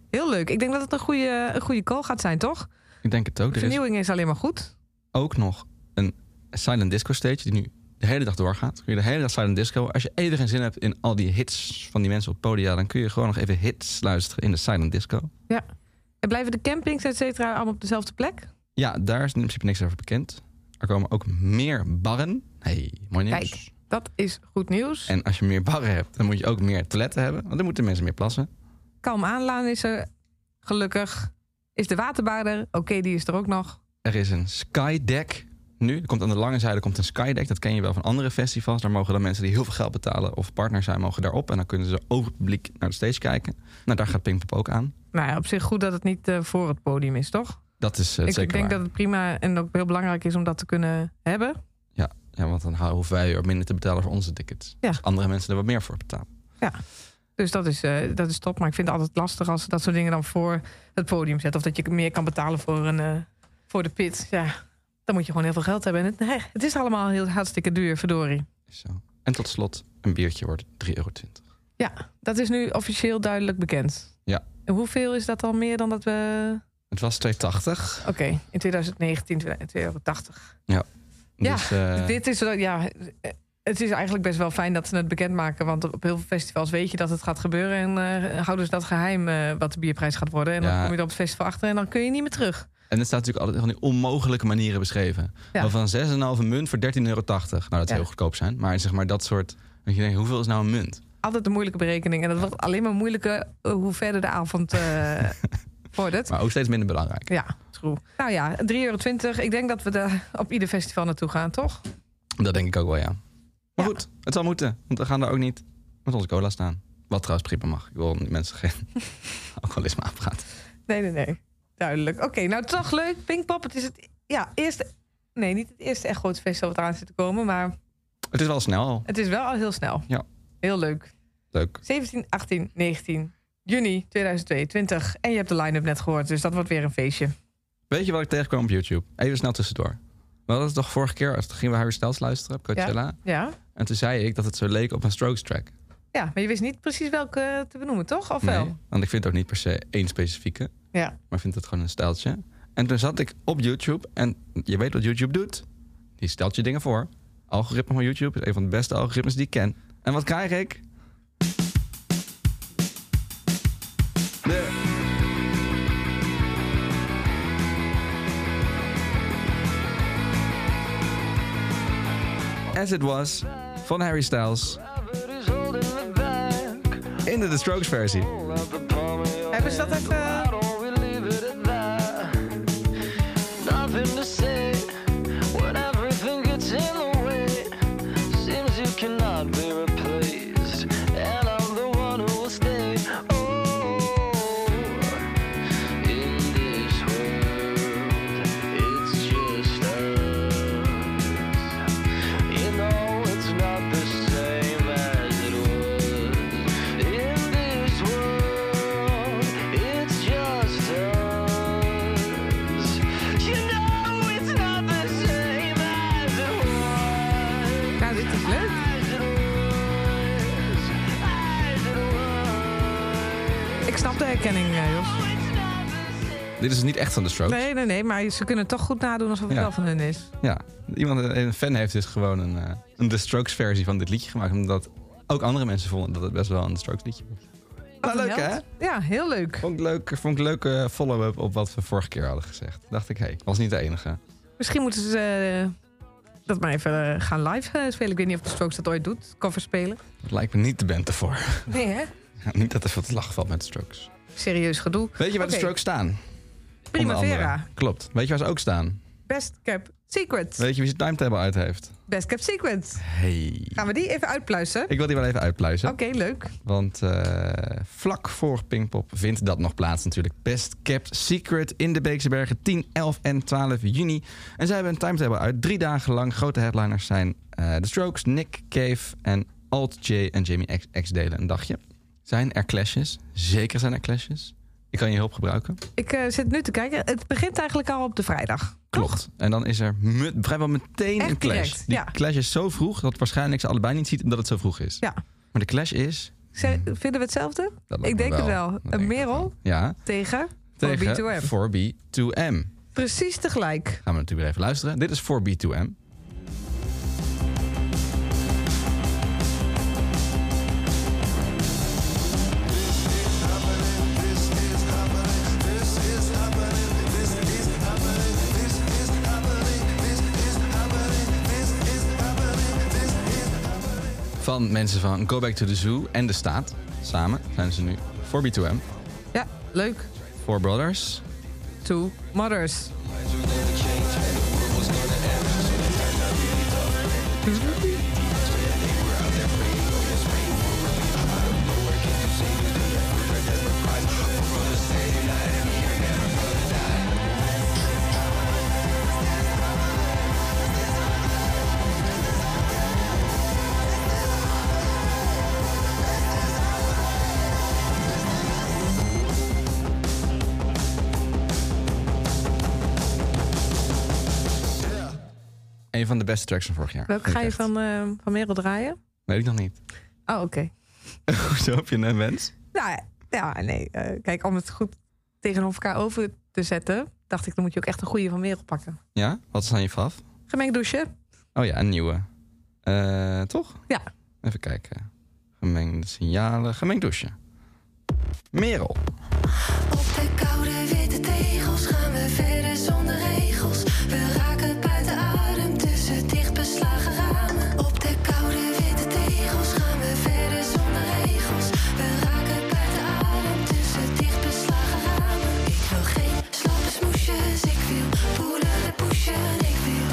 S2: Heel leuk. Ik denk dat het een goede, een goede call gaat zijn, toch?
S1: Ik denk het ook. Er is
S2: Vernieuwing is alleen maar goed.
S1: ook nog een silent disco stage die nu de hele dag doorgaat. Kun je de hele dag silent disco. Als je even geen zin hebt in al die hits van die mensen op podia, dan kun je gewoon nog even hits luisteren in de silent disco.
S2: En blijven de campings, et cetera, allemaal op dezelfde plek?
S1: Ja, daar is in principe niks over bekend. Er komen ook meer barren. Hey, mooi nieuws.
S2: Kijk. Dat is goed nieuws.
S1: En als je meer barren hebt, dan moet je ook meer toiletten hebben. Want dan moeten mensen meer plassen.
S2: Kalm aanlaan is er. Gelukkig. Is de waterbaarder. Oké, die is er ook nog.
S1: Er is een skydeck nu. Er komt aan de lange zijde komt een skydeck. Dat ken je wel van andere festivals. Daar mogen dan mensen die heel veel geld betalen of partner zijn, mogen daarop. En dan kunnen ze over het publiek naar de stage kijken. Nou, daar gaat Pinkpop ook aan.
S2: Nou ja, op zich goed dat het niet eh, voor het podium is, toch?
S1: Dat is eh,
S2: Ik
S1: zeker
S2: denk
S1: waar.
S2: dat het prima en ook heel belangrijk is om dat te kunnen hebben.
S1: Ja, want dan hou- hoeven wij er minder te betalen voor onze tickets.
S2: Ja.
S1: Dus andere mensen er wat meer voor betalen.
S2: Dus dat is, eh, dat is top. Maar ik vind het altijd lastig als ze dat soort dingen dan voor het podium zetten. Of dat je meer kan betalen voor, een, eh, voor de pit. Ja, dan moet je gewoon heel veel geld hebben. En het, hè, het is allemaal heel hartstikke duur, verdorie.
S1: Is Zo. En tot slot, een biertje wordt 3,20 euro.
S2: Dat is nu officieel duidelijk bekend.
S1: Ja.
S2: En hoeveel is dat dan meer dan dat we...
S1: Het was 2,80.
S2: Oké, in 2019 2,80 euro. Ja,
S1: Dus, eh,
S2: Dit is, wel- ja, eh, het is eigenlijk best wel fijn dat ze het bekendmaken. Want op heel veel festivals weet je dat het gaat gebeuren. En eh, houden ze dat geheim eh, wat de bierprijs gaat worden. En dan
S1: Ja.
S2: kom je er op het festival achter en dan kun je niet meer terug.
S1: En het staat natuurlijk altijd van die onmogelijke manieren beschreven.
S2: Ja.
S1: Maar Van 6,5 munt voor 13,80 euro. Nou, dat zou
S2: Ja.
S1: heel goedkoop zijn. Maar zeg maar dat soort... Dat je denkt, hoeveel is nou een munt?
S2: altijd een moeilijke berekening. En dat wordt alleen maar moeilijker eh, hoe verder de avond eh, vordert.
S1: Maar ook steeds minder belangrijk.
S2: Ja, true. Nou ja, 3,20 euro. Ik denk dat we daar op ieder festival naartoe gaan, toch?
S1: Dat denk ik ook wel, ja. Maar
S2: Ja.
S1: goed, het zal moeten. Want we gaan daar ook niet met onze cola staan. Wat trouwens prima mag. Ik wil niet mensen geen alcoholisme aanpraten.
S2: Nee, nee, nee. Duidelijk. Oké, nou toch leuk. Pinkpop, het is het ja, eerste... Nee, niet het eerste echt grote festival wat eraan zit te komen. Maar
S1: Het is wel snel al.
S2: het is wel al heel snel.
S1: Ja.
S2: Heel leuk.
S1: Leuk.
S2: 17, 18, 19 juni 2022. En je hebt de line-up net gehoord, dus dat wordt weer een feestje.
S1: Weet je wat ik tegenkwam op YouTube? Even snel tussendoor. We hadden het toch vorige keer, toen gingen we Harry Styles luisteren op Coachella.
S2: Ja?
S1: En toen zei ik dat het zo leek op een Strokes track.
S2: Ja, maar je wist niet precies welke te benoemen, toch? Of wel?
S1: Nee, want ik vind het ook niet per se één specifieke.
S2: Ja.
S1: Maar ik vind het gewoon een stijltje. En toen zat ik op YouTube en je weet wat YouTube doet. Die stelt je dingen voor. Algoritme van YouTube is een van de beste algoritmes die ik ken. En wat krijg ik? De As It Was van Harry Styles. In de The Strokes versie.
S2: Hebben ze dat echt... eh, Nou, dit is leuk. Ik snap de herkenning, eh, Jos.
S1: Dit is niet echt van The Strokes.
S2: Nee, nee, nee, maar ze kunnen het toch goed nadoen alsof het
S1: Ja.
S2: wel van hun is.
S1: Ja, iemand, een fan heeft dus gewoon een, eh, een The Strokes versie van dit liedje gemaakt. Omdat ook andere mensen vonden dat het best wel een The Strokes liedje was. Nou,
S2: Wat een
S1: leuk hè?
S2: held. Ja, heel leuk.
S1: Vond ik leuk, vond ik leuke follow-up op wat we vorige keer hadden gezegd. Dacht ik, hé, hey, ik was niet de enige.
S2: Misschien moeten ze eh, dat maar even eh, gaan live eh, spelen. Ik weet niet of de Strokes dat ooit doet, cover spelen.
S1: Het lijkt me niet de band ervoor.
S2: Nee, hè?
S1: niet dat er veel te lachen valt met The Strokes.
S2: Serieus gedoe.
S1: Weet je waar
S2: Oké.
S1: de Strokes staan? Onder
S2: Primavera.
S1: andere. Klopt. Weet je waar ze ook staan?
S2: Best Cap Secrets.
S1: Weet je wie zijn timetable uit heeft?
S2: Best Cap Secrets.
S1: Hey.
S2: Gaan we die even uitpluizen?
S1: Ik wil die wel even uitpluizen.
S2: Oké, leuk.
S1: Want eh, vlak voor Pinkpop vindt dat nog plaats natuurlijk. Best Kept Secret in de Beekse Bergen 10, 11 en 12 juni. En zij hebben een timetable uit. Drie dagen lang. Grote headliners zijn eh The Strokes, Nick Cave en Alt J en Jamie X, X delen een dagje. Zijn er clashes? Zeker zijn er clashes. Ik kan je hulp gebruiken.
S2: Ik eh, zit nu te kijken. Het begint eigenlijk al op de vrijdag.
S1: Klopt. En dan is er me- vrijwel meteen
S2: Echt
S1: een clash.
S2: direct,
S1: Die
S2: ja.
S1: clash is zo vroeg dat waarschijnlijk ze allebei niet ziet omdat het zo vroeg is.
S2: Ja.
S1: Maar de clash is...
S2: Ze- vinden we hetzelfde?
S1: dat Hmm. lijkt
S2: Ik
S1: me
S2: denk het wel.
S1: Dat
S2: Een
S1: denk ik ook
S2: Merel
S1: wel. Ja.
S2: tegen,
S1: tegen
S2: B2M.
S1: 4B2M.
S2: Precies tegelijk.
S1: Gaan we natuurlijk weer even luisteren. Dit is 4B2M. Van mensen van Go Back to the Zoo en de staat. Samen zijn ze nu 4B2M.
S2: Ja, leuk.
S1: Four Brothers.
S2: Two Mothers.
S1: Een van de beste tracks van vorig jaar.
S2: Welke
S1: Vind
S2: ga
S1: ik
S2: je
S1: echt.
S2: van, eh, van Merel draaien?
S1: Weet ik nog niet.
S2: Oh, oké.
S1: Hoezo heb je een wens?
S2: Nou, ja, nee. eh, kijk, om het goed tegenover elkaar over te zetten, dacht ik, dan moet je ook echt een goede van Merel pakken.
S1: Ja? Wat is dan je faf?
S2: Gemengd douchen.
S1: Oh ja, een nieuwe. Eh, toch?
S2: Ja.
S1: Even kijken. Gemengde signalen, gemengd douchen. Merel.
S5: Op de koude witte tegels gaan we verder zonder regels. We raken buiten adem tussen dicht beslagen ramen. Op de koude witte tegels gaan we verder zonder regels. We raken buiten adem tussen dicht beslagen ramen. Ik wil geen slappe smoesjes, ik wil poelen en pushen. Ik wil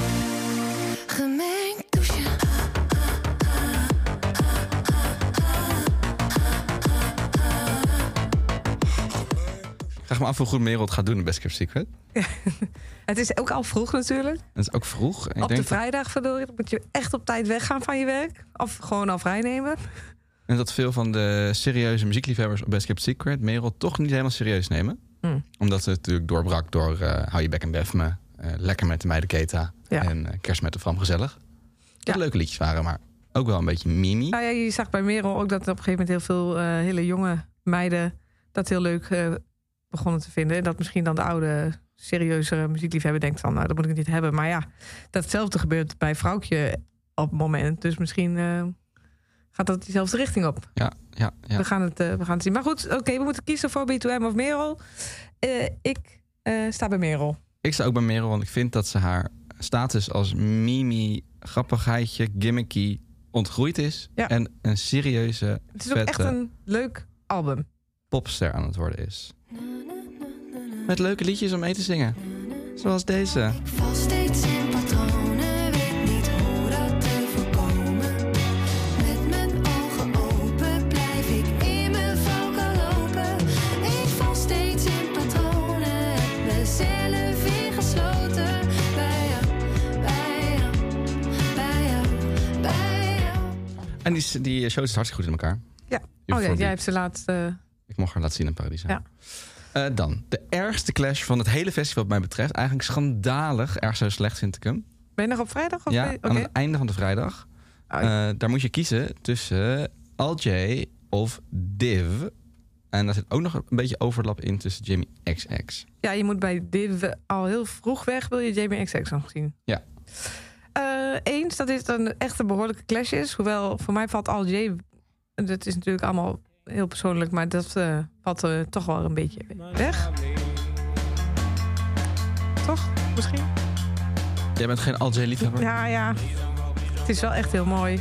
S5: gemengd douchen.
S1: Ik vraag me af hoe goed Merel het gaat doen in Best Kept Secret.
S2: Het is ook al vroeg natuurlijk.
S1: Dat is ook vroeg. Ik
S2: op
S1: denk
S2: de
S1: dat,
S2: vrijdag, verdorie. Dan moet je echt op tijd weggaan van je werk. Of gewoon al vrijnemen.
S1: en dat veel van de serieuze muziekliefhebbers op Best Kept Secret Merel toch niet helemaal serieus nemen.
S2: Hm.
S1: Omdat ze natuurlijk doorbrak door eh, Hou je bek en bef me, eh, Lekker met de meiden Keta
S2: Ja.
S1: en eh, Kerst met de Fam Gezellig. Dat
S2: Ja.
S1: leuke liedjes waren, maar ook wel een beetje mimi.
S2: Nou ja, je zag bij Merel ook dat op een gegeven moment heel veel eh, hele jonge meiden dat heel leuk eh, begonnen te vinden. En dat misschien dan de oude, serieuzere muziekliefhebber denkt van, nou, dat moet ik niet hebben. Maar ja, datzelfde gebeurt bij Vrouwtje op het moment. Dus misschien eh, gaat dat diezelfde richting op.
S1: Ja, ja, ja.
S2: We, gaan het, eh, we gaan het zien. Maar goed, oké, we moeten kiezen voor B2M of Merel. Eh, ik eh, sta bij Merel.
S1: Ik sta ook bij Merel, want ik vind dat ze haar eh, status als mimi, grappigheidje, gimmicky ontgroeid is.
S2: Ja.
S1: En een serieuze,
S2: Het is ook echt
S1: vette
S2: een leuk album.
S1: popster aan het worden is. Met leuke liedjes om mee te zingen. Zoals deze.
S5: Ik val steeds in patronen, weet niet hoe dat te voorkomen. Met mijn ogen open blijf ik in mijn valken lopen. Ik val steeds in patronen, heb mezelf weer gesloten. Bij jou, bij jou, bij jou, bij jou.
S1: En die, die show zit hartstikke goed in elkaar.
S2: Ja. Oh ja,
S1: Euphoria.
S2: jij hebt ze laatst. eh,
S1: Ik mocht haar laten zien in Parijs.
S2: Ja.
S1: Eh, dan, de ergste clash van het hele festival wat mij betreft. Eigenlijk schandalig, erg zo slecht vind ik hem.
S2: ben je nog op vrijdag? Of
S1: ja,
S2: ben je-
S1: aan
S2: oké.
S1: het einde van de vrijdag.
S2: Oh,
S1: Eh, daar moet je kiezen tussen LJ of Div. En daar zit ook nog een beetje overlap in tussen Jimmy XX.
S2: Ja, je moet bij dit al heel vroeg weg, wil je Jamie XX nog zien.
S1: Ja.
S2: Eh, eens dat dit een echt een behoorlijke clash is. Hoewel, voor mij valt al J... Dat is natuurlijk allemaal heel persoonlijk, maar dat eh, valt eh, toch wel een beetje weg. Toch? Misschien?
S1: Jij bent geen LJ-liefhebber?
S2: Ja, ja. Het is wel echt heel mooi.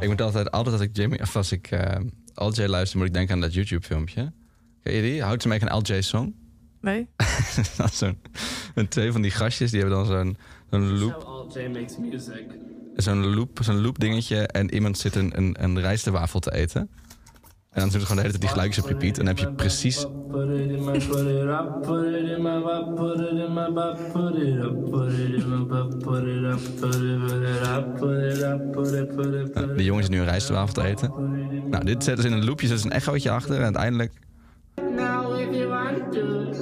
S1: Ik moet altijd, altijd als ik Jimmy, of als ik eh, LJ luister, moet ik denken aan dat YouTube-filmpje. Ken je die? Houdt ze make een LJ-song?
S2: Nee?
S1: Dat is zo'n en twee van die gastjes die hebben dan zo'n zo'n loop,
S6: How LJ makes music.
S1: zo'n loop, zo'n loop dingetje en iemand zit een, een, een rijstewafel te eten. En dan doen ze gewoon de hele tijd die geluidjes op repeat en dan heb je precies
S6: Put it in my, put it up, put it in my butt, put it in my butt, put it up, put it in my butt, put it up, put it, put it up, put it up, put it, put it, put it.
S1: eh, de jongens nu een rijstewafel te eten. Nou, dit zetten ze in een loopje, zetten ze een echootje achter en uiteindelijk
S7: Now if you want to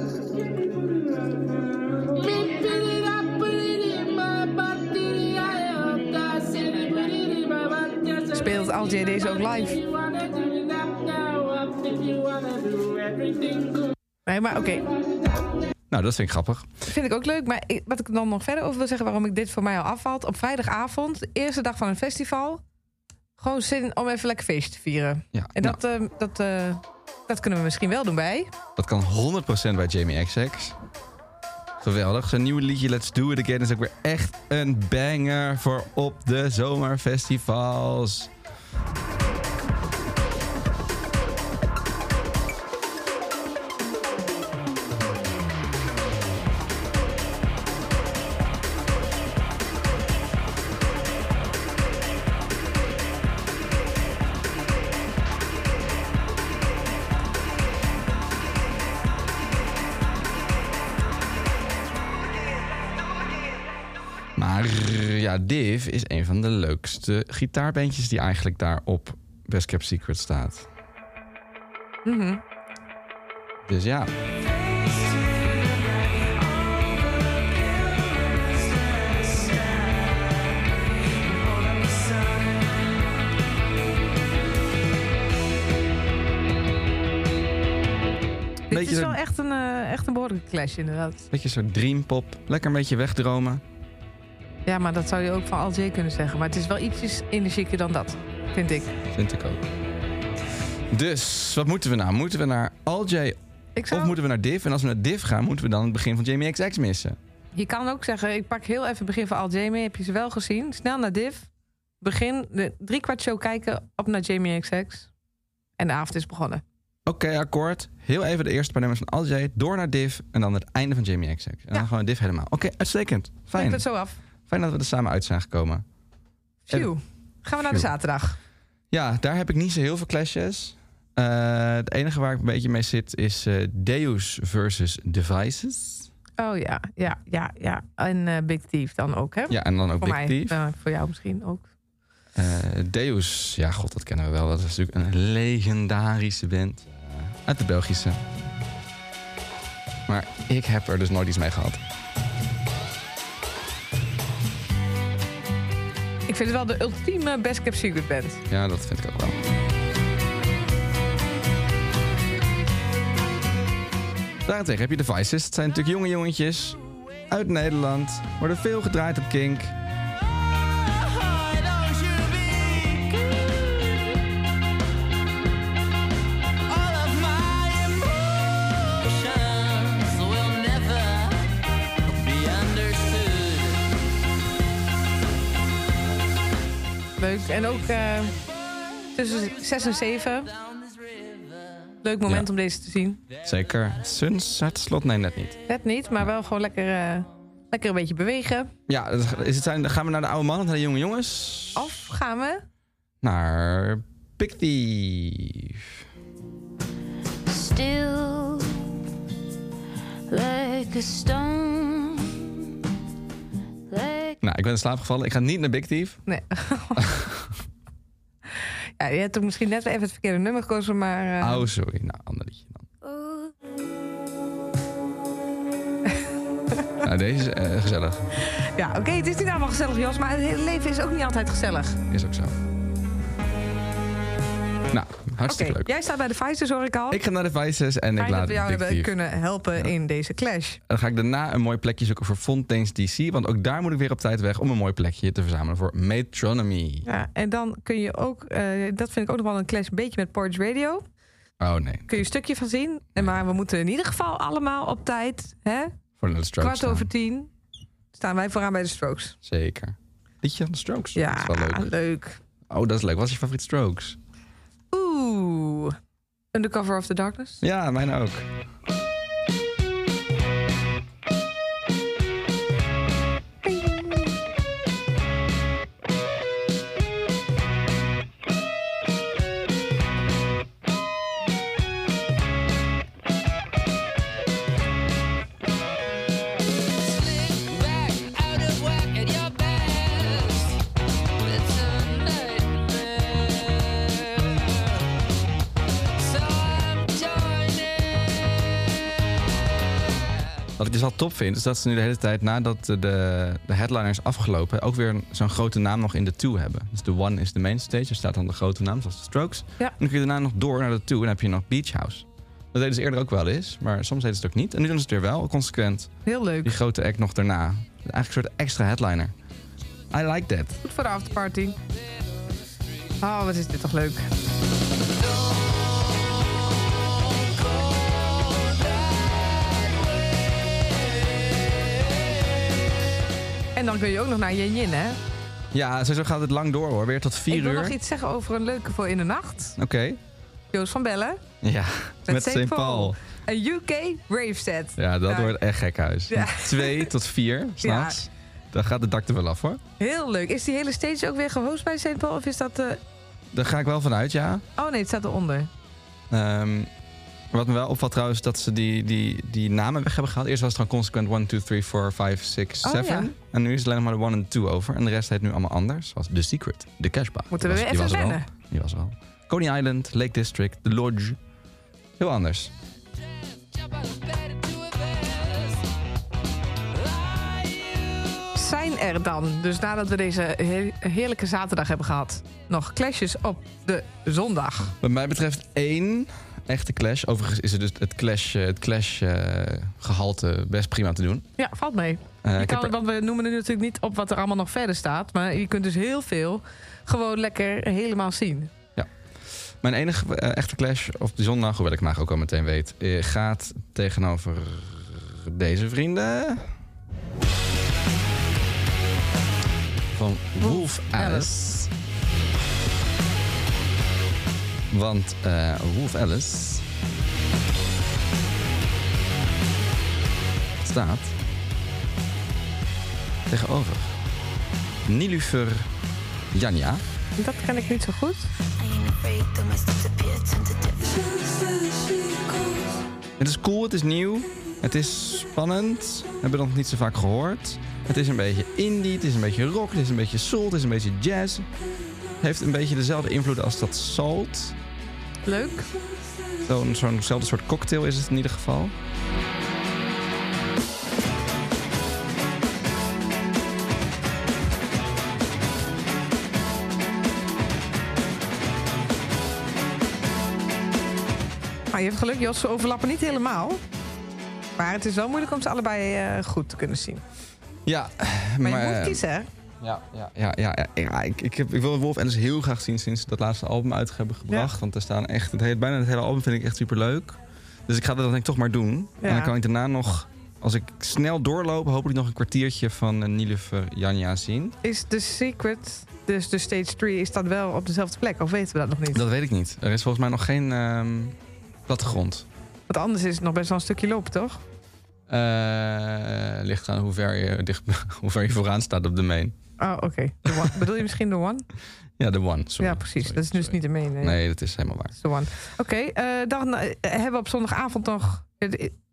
S7: Big put it up, put it in my body I hope that's it, put it in my body Just a
S2: Speelt al J deze ook live?
S7: you wanna do that now up if you wanna do everything good
S2: Nee, maar oké.
S1: Nou, dat vind ik grappig.
S2: Vind ik ook leuk. Maar ik- wat ik er dan nog verder over wil zeggen, waarom ik dit voor mij al afvalt. Op vrijdagavond, de eerste dag van een festival. Gewoon zin om even lekker feest te vieren.
S1: Ja,
S2: En
S1: nou,
S2: dat, ehm, dat, eh, dat kunnen we misschien wel doen bij.
S1: dat kan 100% bij Jamie XX. Geweldig. Zijn nieuwe liedje Let's Do It Again is ook weer echt een banger voor op de zomerfestivals. Maar ja, Div is een van de leukste gitaarbandjes die eigenlijk daar op Best Kept Secret staat.
S2: Mhm.
S1: Dus ja.
S2: het
S1: Beetje
S2: is
S1: zo'n-
S2: wel echt een, eh, echt een behoorlijke clash inderdaad.
S1: beetje zo'n dreampop. Lekker een beetje wegdromen.
S2: Ja, maar dat zou je ook van al J kunnen zeggen. Maar het is wel ietsjes energieker dan dat, vind ik.
S1: Vind ik ook. Dus, wat moeten we nou? Moeten we naar Aljay
S2: ik zou,
S1: of moeten we naar Div? En als we naar Div gaan, moeten we dan het begin van Jamie XX missen.
S2: Je kan ook zeggen, ik pak heel even het begin van al J mee. Heb je ze wel gezien? Snel naar Div. Begin, de driekwart show kijken, op naar Jamie XX. En de avond is begonnen.
S1: Oké, akkoord. Heel even de eerste paar nummers van Aljay, door naar Div en dan het einde van Jamie XX. En dan gewoon Div helemaal. Oké, uitstekend.
S2: Ik
S1: Fijn.
S2: het zo af.
S1: Fijn dat we er samen uit zijn gekomen.
S2: Phew. Gaan we naar de
S1: Phew.
S2: zaterdag.
S1: Ja, daar heb ik niet zo heel veel clashes. Eh, het enige waar ik een beetje mee zit is eh, Deus versus Devices.
S2: Oh ja, ja, ja, ja. En eh, Big Thief dan ook, hè?
S1: Ja, en dan ook
S2: voor
S1: Big
S2: mij.
S1: Thief.
S2: Eh, voor jou misschien ook.
S1: Eh, Deus, ja god, dat kennen we wel. Dat is natuurlijk een legendarische band. Uit de Belgische. Maar ik heb er dus nooit iets mee gehad.
S2: Ik vind het wel de ultieme Best Kept Secret Band.
S1: Ja, dat vind ik ook wel. Daarentegen heb je de Vices. Het zijn natuurlijk jonge jongetjes uit Nederland. Worden veel gedraaid op Kink.
S8: Will never be understood.
S2: leuk. En ook eh, tussen 6 en 7. Leuk moment
S1: Ja.
S2: om deze te zien.
S1: Zeker. Sunset slot? Nee, net niet.
S2: Net niet, maar wel gewoon lekker, eh, lekker een beetje bewegen.
S1: Ja, dat- is het zijn, gaan we naar de oude mannen, naar de jonge jongens?
S2: Af gaan we.
S1: Naar Big Thief.
S8: still like a stone. Like
S1: Nou, ik ben in slaap gevallen. Ik ga niet naar Big Thief.
S2: Nee. ja, je hebt ook misschien net wel even het verkeerde nummer gekozen, maar... eh,
S1: Oh, sorry. Nou, ander liedje dan.
S8: oh,
S1: Nou, deze is eh, gezellig.
S2: Ja, oké, het is niet allemaal gezellig, Jos, maar het hele leven is ook niet altijd gezellig.
S1: Is ook zo. Nou,
S2: Oké,
S1: hartstikke leuk.
S2: jij staat bij de Vices, hoor ik al.
S1: Ik ga naar de Vices en ik
S2: Fijn dat
S1: laat
S2: we jou
S1: Big
S2: hebben
S1: Thief.
S2: kunnen helpen in deze clash.
S1: Dan ga ik daarna een mooi plekje zoeken voor Fontaine's DC. Want ook daar moet ik weer op tijd weg om een mooi plekje te verzamelen voor Metronomy.
S2: Ja, en dan kun je ook, eh, dat vind ik ook nog wel een clash, een beetje met Porridge Radio.
S1: Oh nee,
S2: Kun je een stukje van zien. En maar we moeten in ieder geval allemaal op tijd, hè?
S1: voor de Strokes.
S2: kwart
S1: staan.
S2: over tien, staan wij vooraan bij de Strokes.
S1: Zeker. Liedje van de Strokes.
S2: Ja,
S1: Dat is wel leuk.
S2: leuk.
S1: Oh, dat is leuk. Wat is je favoriet Strokes?
S2: Oeh, Undercover of the Darkness.
S1: Ja, mijn ook. Wat ik dus al top vind, is dat ze nu de hele tijd nadat de, de, de headliner is afgelopen, ook weer een- zo'n grote naam nog in de two hebben. Dus de one is de main stage, daar staat dan de grote naam, zoals de Strokes.
S2: Ja.
S1: En dan kun je daarna nog door naar de two en dan heb je nog Beach House. Dat deden ze eerder ook wel eens, maar soms deden ze het ook niet. En nu doen ze het weer wel, consequent.
S2: Heel leuk.
S1: Die grote act nog daarna. Eigenlijk een soort extra headliner. I like that.
S2: Goed voor de afterparty. Oh, wat is dit toch leuk. En dan kun je ook nog naar Yin Yin, hè?
S1: Ja, sowieso gaat het lang door hoor. Weer tot vier
S2: Ik wil
S1: uur.
S2: nog iets zeggen over een leuke voor in de nacht.
S1: Oké.
S2: Joost van Bellen
S1: Ja, met,
S2: Saint
S1: St.
S2: Paul.
S1: Paul.
S2: en UK Rave Set.
S1: Ja, dat
S2: Ja.
S1: wordt echt gek huis.
S2: Ja.
S1: Twee tot vier s'nachts. Dan gaat de dak er wel af hoor.
S2: Heel leuk. Is die hele stage ook weer gehost bij St. Paul? Of is dat... eh,
S1: Daar ga ik wel vanuit, ja.
S2: Oh nee, het staat eronder.
S1: Ehm, wat me wel opvalt trouwens, dat ze die, die, die namen weg hebben gehaald. Eerst was het gewoon consequent 1, 2, 3, 4, 5, 6,
S2: Oh,
S1: 7.
S2: ja.
S1: En nu is het alleen nog maar de 1 en 2 over. En de rest heet nu allemaal anders. Zoals The Secret, The Cashbar.
S2: Moeten we
S1: Die
S2: weer
S1: was-
S2: even
S1: die was er
S2: wennen.
S1: wel. Die was er wel. Coney Island, Lake District, The Lodge. Heel anders.
S2: Zijn er dan, dus nadat we deze he- heerlijke zaterdag hebben gehad... nog clashes op de zondag?
S1: Wat mij betreft één echte clash. Overigens is het dus het clash, eh, het clash eh, gehalte best prima te doen.
S2: Ja, valt mee.
S1: Eh,
S2: Je
S1: ik heb
S2: kan,
S1: er-
S2: want we noemen het natuurlijk niet op wat er allemaal nog verder staat. Maar je kunt dus heel veel gewoon lekker helemaal zien.
S1: Mijn enige eh, echte clash op de zondag, nou, hoewel ik het ook al meteen weet, eh, gaat tegenover deze vrienden. Van Wolf Alice. Want eh, Wolf Alice staat tegenover Nilufer Janja.
S2: Dat ken ik niet zo goed.
S8: I ain't afraid though my steps appear tentative.
S1: Het is cool, het is nieuw, het is spannend. We hebben het nog niet zo vaak gehoord. Het is een beetje indie, het is een beetje rock, het is een beetje soul, het is een beetje jazz. Het heeft een beetje dezelfde invloed als dat salt.
S2: Leuk.
S1: Zo'n zo'nzelfde soort cocktail is het in ieder geval.
S2: Maar je hebt geluk, Jos, ze overlappen niet helemaal. Maar het is wel moeilijk om ze allebei eh, goed te kunnen zien.
S1: Ja, eh,
S2: Maar, je moet kiezen, hè?
S1: Ja, ja, ja, ja, ja, ja, ik, ik, heb, ik wil Wolf Alice heel graag zien sinds ze dat laatste album uit hebben gebracht. Want er staan echt, het hele, bijna het hele album vind ik echt super leuk. Dus ik ga dat dan denk ik toch maar doen.
S2: Ja.
S1: En dan kan ik daarna nog als ik snel doorloop, hopelijk nog een kwartiertje van uh, Nilufer Janja zien.
S2: Is de secret, dus de stage 3, is dat wel op dezelfde plek? Of weten we dat nog niet?
S1: Dat weet ik niet. Er is volgens mij nog geen ehm plattegrond.
S2: Want anders is het nog best wel een stukje lopen, toch?
S1: Eh, ligt aan hoe ver, je dicht, hoe ver je vooraan staat op de main.
S2: Oh, oké. De one- Bedoel je misschien de one?
S1: Ja, de one. sorry.
S2: ja, precies.
S1: Sorry,
S2: dat is dus
S1: sorry.
S2: niet de main. Nee,
S1: Nee, dat is helemaal waar.
S2: dat is de one. Oké, eh, dan eh, hebben we op zondagavond nog... eh,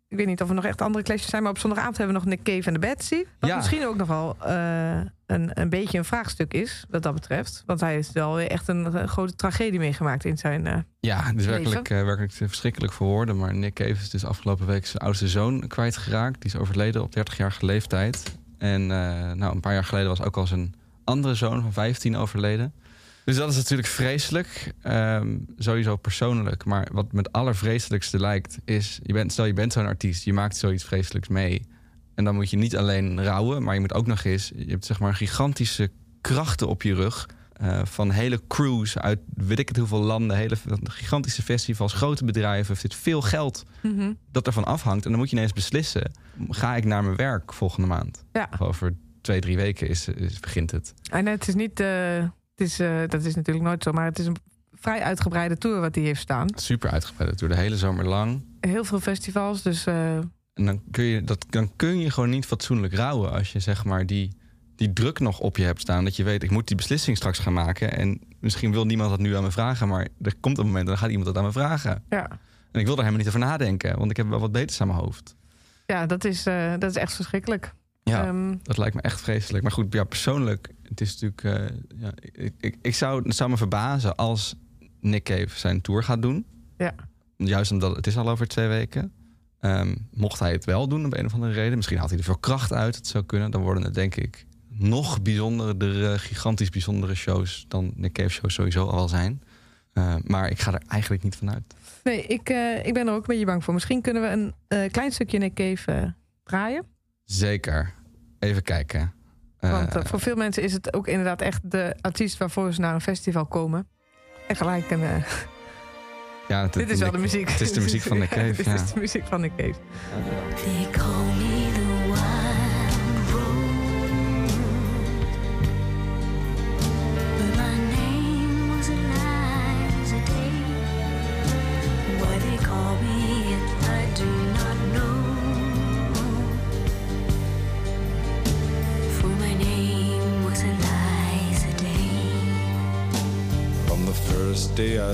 S2: Ik weet niet of er nog echt andere clashes zijn... maar op zondagavond hebben we nog Nick Cave en de Betsy. Wat
S1: Ja.
S2: misschien ook nog wel eh, een, een beetje een vraagstuk is, wat dat betreft. Want hij heeft wel weer echt een eh, grote tragedie meegemaakt in zijn... eh,
S1: Ja, het is
S2: Leven.
S1: werkelijk, eh, werkelijk te verschrikkelijk voor woorden. Maar Nick Cave is dus afgelopen week zijn oudste zoon kwijtgeraakt. Die is overleden op 30-jarige leeftijd. En eh, nou, een paar jaar geleden was ook al zijn andere zoon van 15 overleden. Dus dat is natuurlijk vreselijk. Ehm, sowieso persoonlijk. Maar wat me het allervreselijkste lijkt is... Je bent, stel je bent zo'n artiest, je maakt zoiets vreselijks mee. En dan moet je niet alleen rouwen, maar je moet ook nog eens... Je hebt zeg maar gigantische krachten op je rug... Eh, van hele crews uit weet ik het hoeveel landen, hele gigantische festivals, grote bedrijven. Heeft dit veel geld
S2: mhm.
S1: dat ervan afhangt? En dan moet je ineens beslissen: ga ik naar mijn werk volgende maand?
S2: Ja.
S1: Of over twee, drie weken is, is, begint het.
S2: En het is niet... eh, het is, eh, dat is natuurlijk nooit zo, maar het is een vrij uitgebreide tour wat hij heeft staan.
S1: Super uitgebreid door de hele zomer lang.
S2: Heel veel festivals, dus... eh,
S1: En dan kun je, dat, dan kun je gewoon niet fatsoenlijk rouwen als je zeg maar die, die druk nog op je hebt staan. Dat je weet, ik moet die beslissing straks gaan maken. En misschien wil niemand dat nu aan me vragen, maar er komt een moment en dan gaat iemand dat aan me vragen.
S2: ja.
S1: En ik wil daar helemaal niet over nadenken, want ik heb wel wat beters aan mijn hoofd.
S2: Ja, dat is, eh, dat is echt verschrikkelijk. Ehm,
S1: Dat lijkt me echt vreselijk. Maar goed, ja, persoonlijk, het is natuurlijk. eh, ja, ik, ik, ik zou, het zou me verbazen als Nick Cave zijn tour gaat doen.
S2: Ja.
S1: Juist omdat het is al over twee weken. Ehm, mocht hij het wel doen om een of andere reden, misschien haalt hij er veel kracht uit. Het zou kunnen. Dan worden het denk ik nog bijzondere, gigantisch bijzondere shows dan Nick Cave shows sowieso al wel zijn. Eh, maar ik ga er eigenlijk niet vanuit.
S2: nee, ik, eh, ik ben er ook een beetje bang voor. Misschien kunnen we een eh, klein stukje Nick Cave eh, draaien.
S1: Zeker. Even kijken. Eh,
S2: Want eh, voor veel mensen is het ook inderdaad echt de artiest waarvoor ze naar een festival komen. En gelijk een. eh,
S1: ja, het-
S2: dit is wel
S1: Nick-
S2: de muziek.
S1: Het is de muziek van Nick
S2: Ja,
S1: Cave.
S2: Dit
S1: ja.
S2: is de muziek van Nick Cave.
S8: They call me the wild road, but my name was Eliza Day. Why they call me, I do not know. For my name was Eliza Day.
S9: From the first day I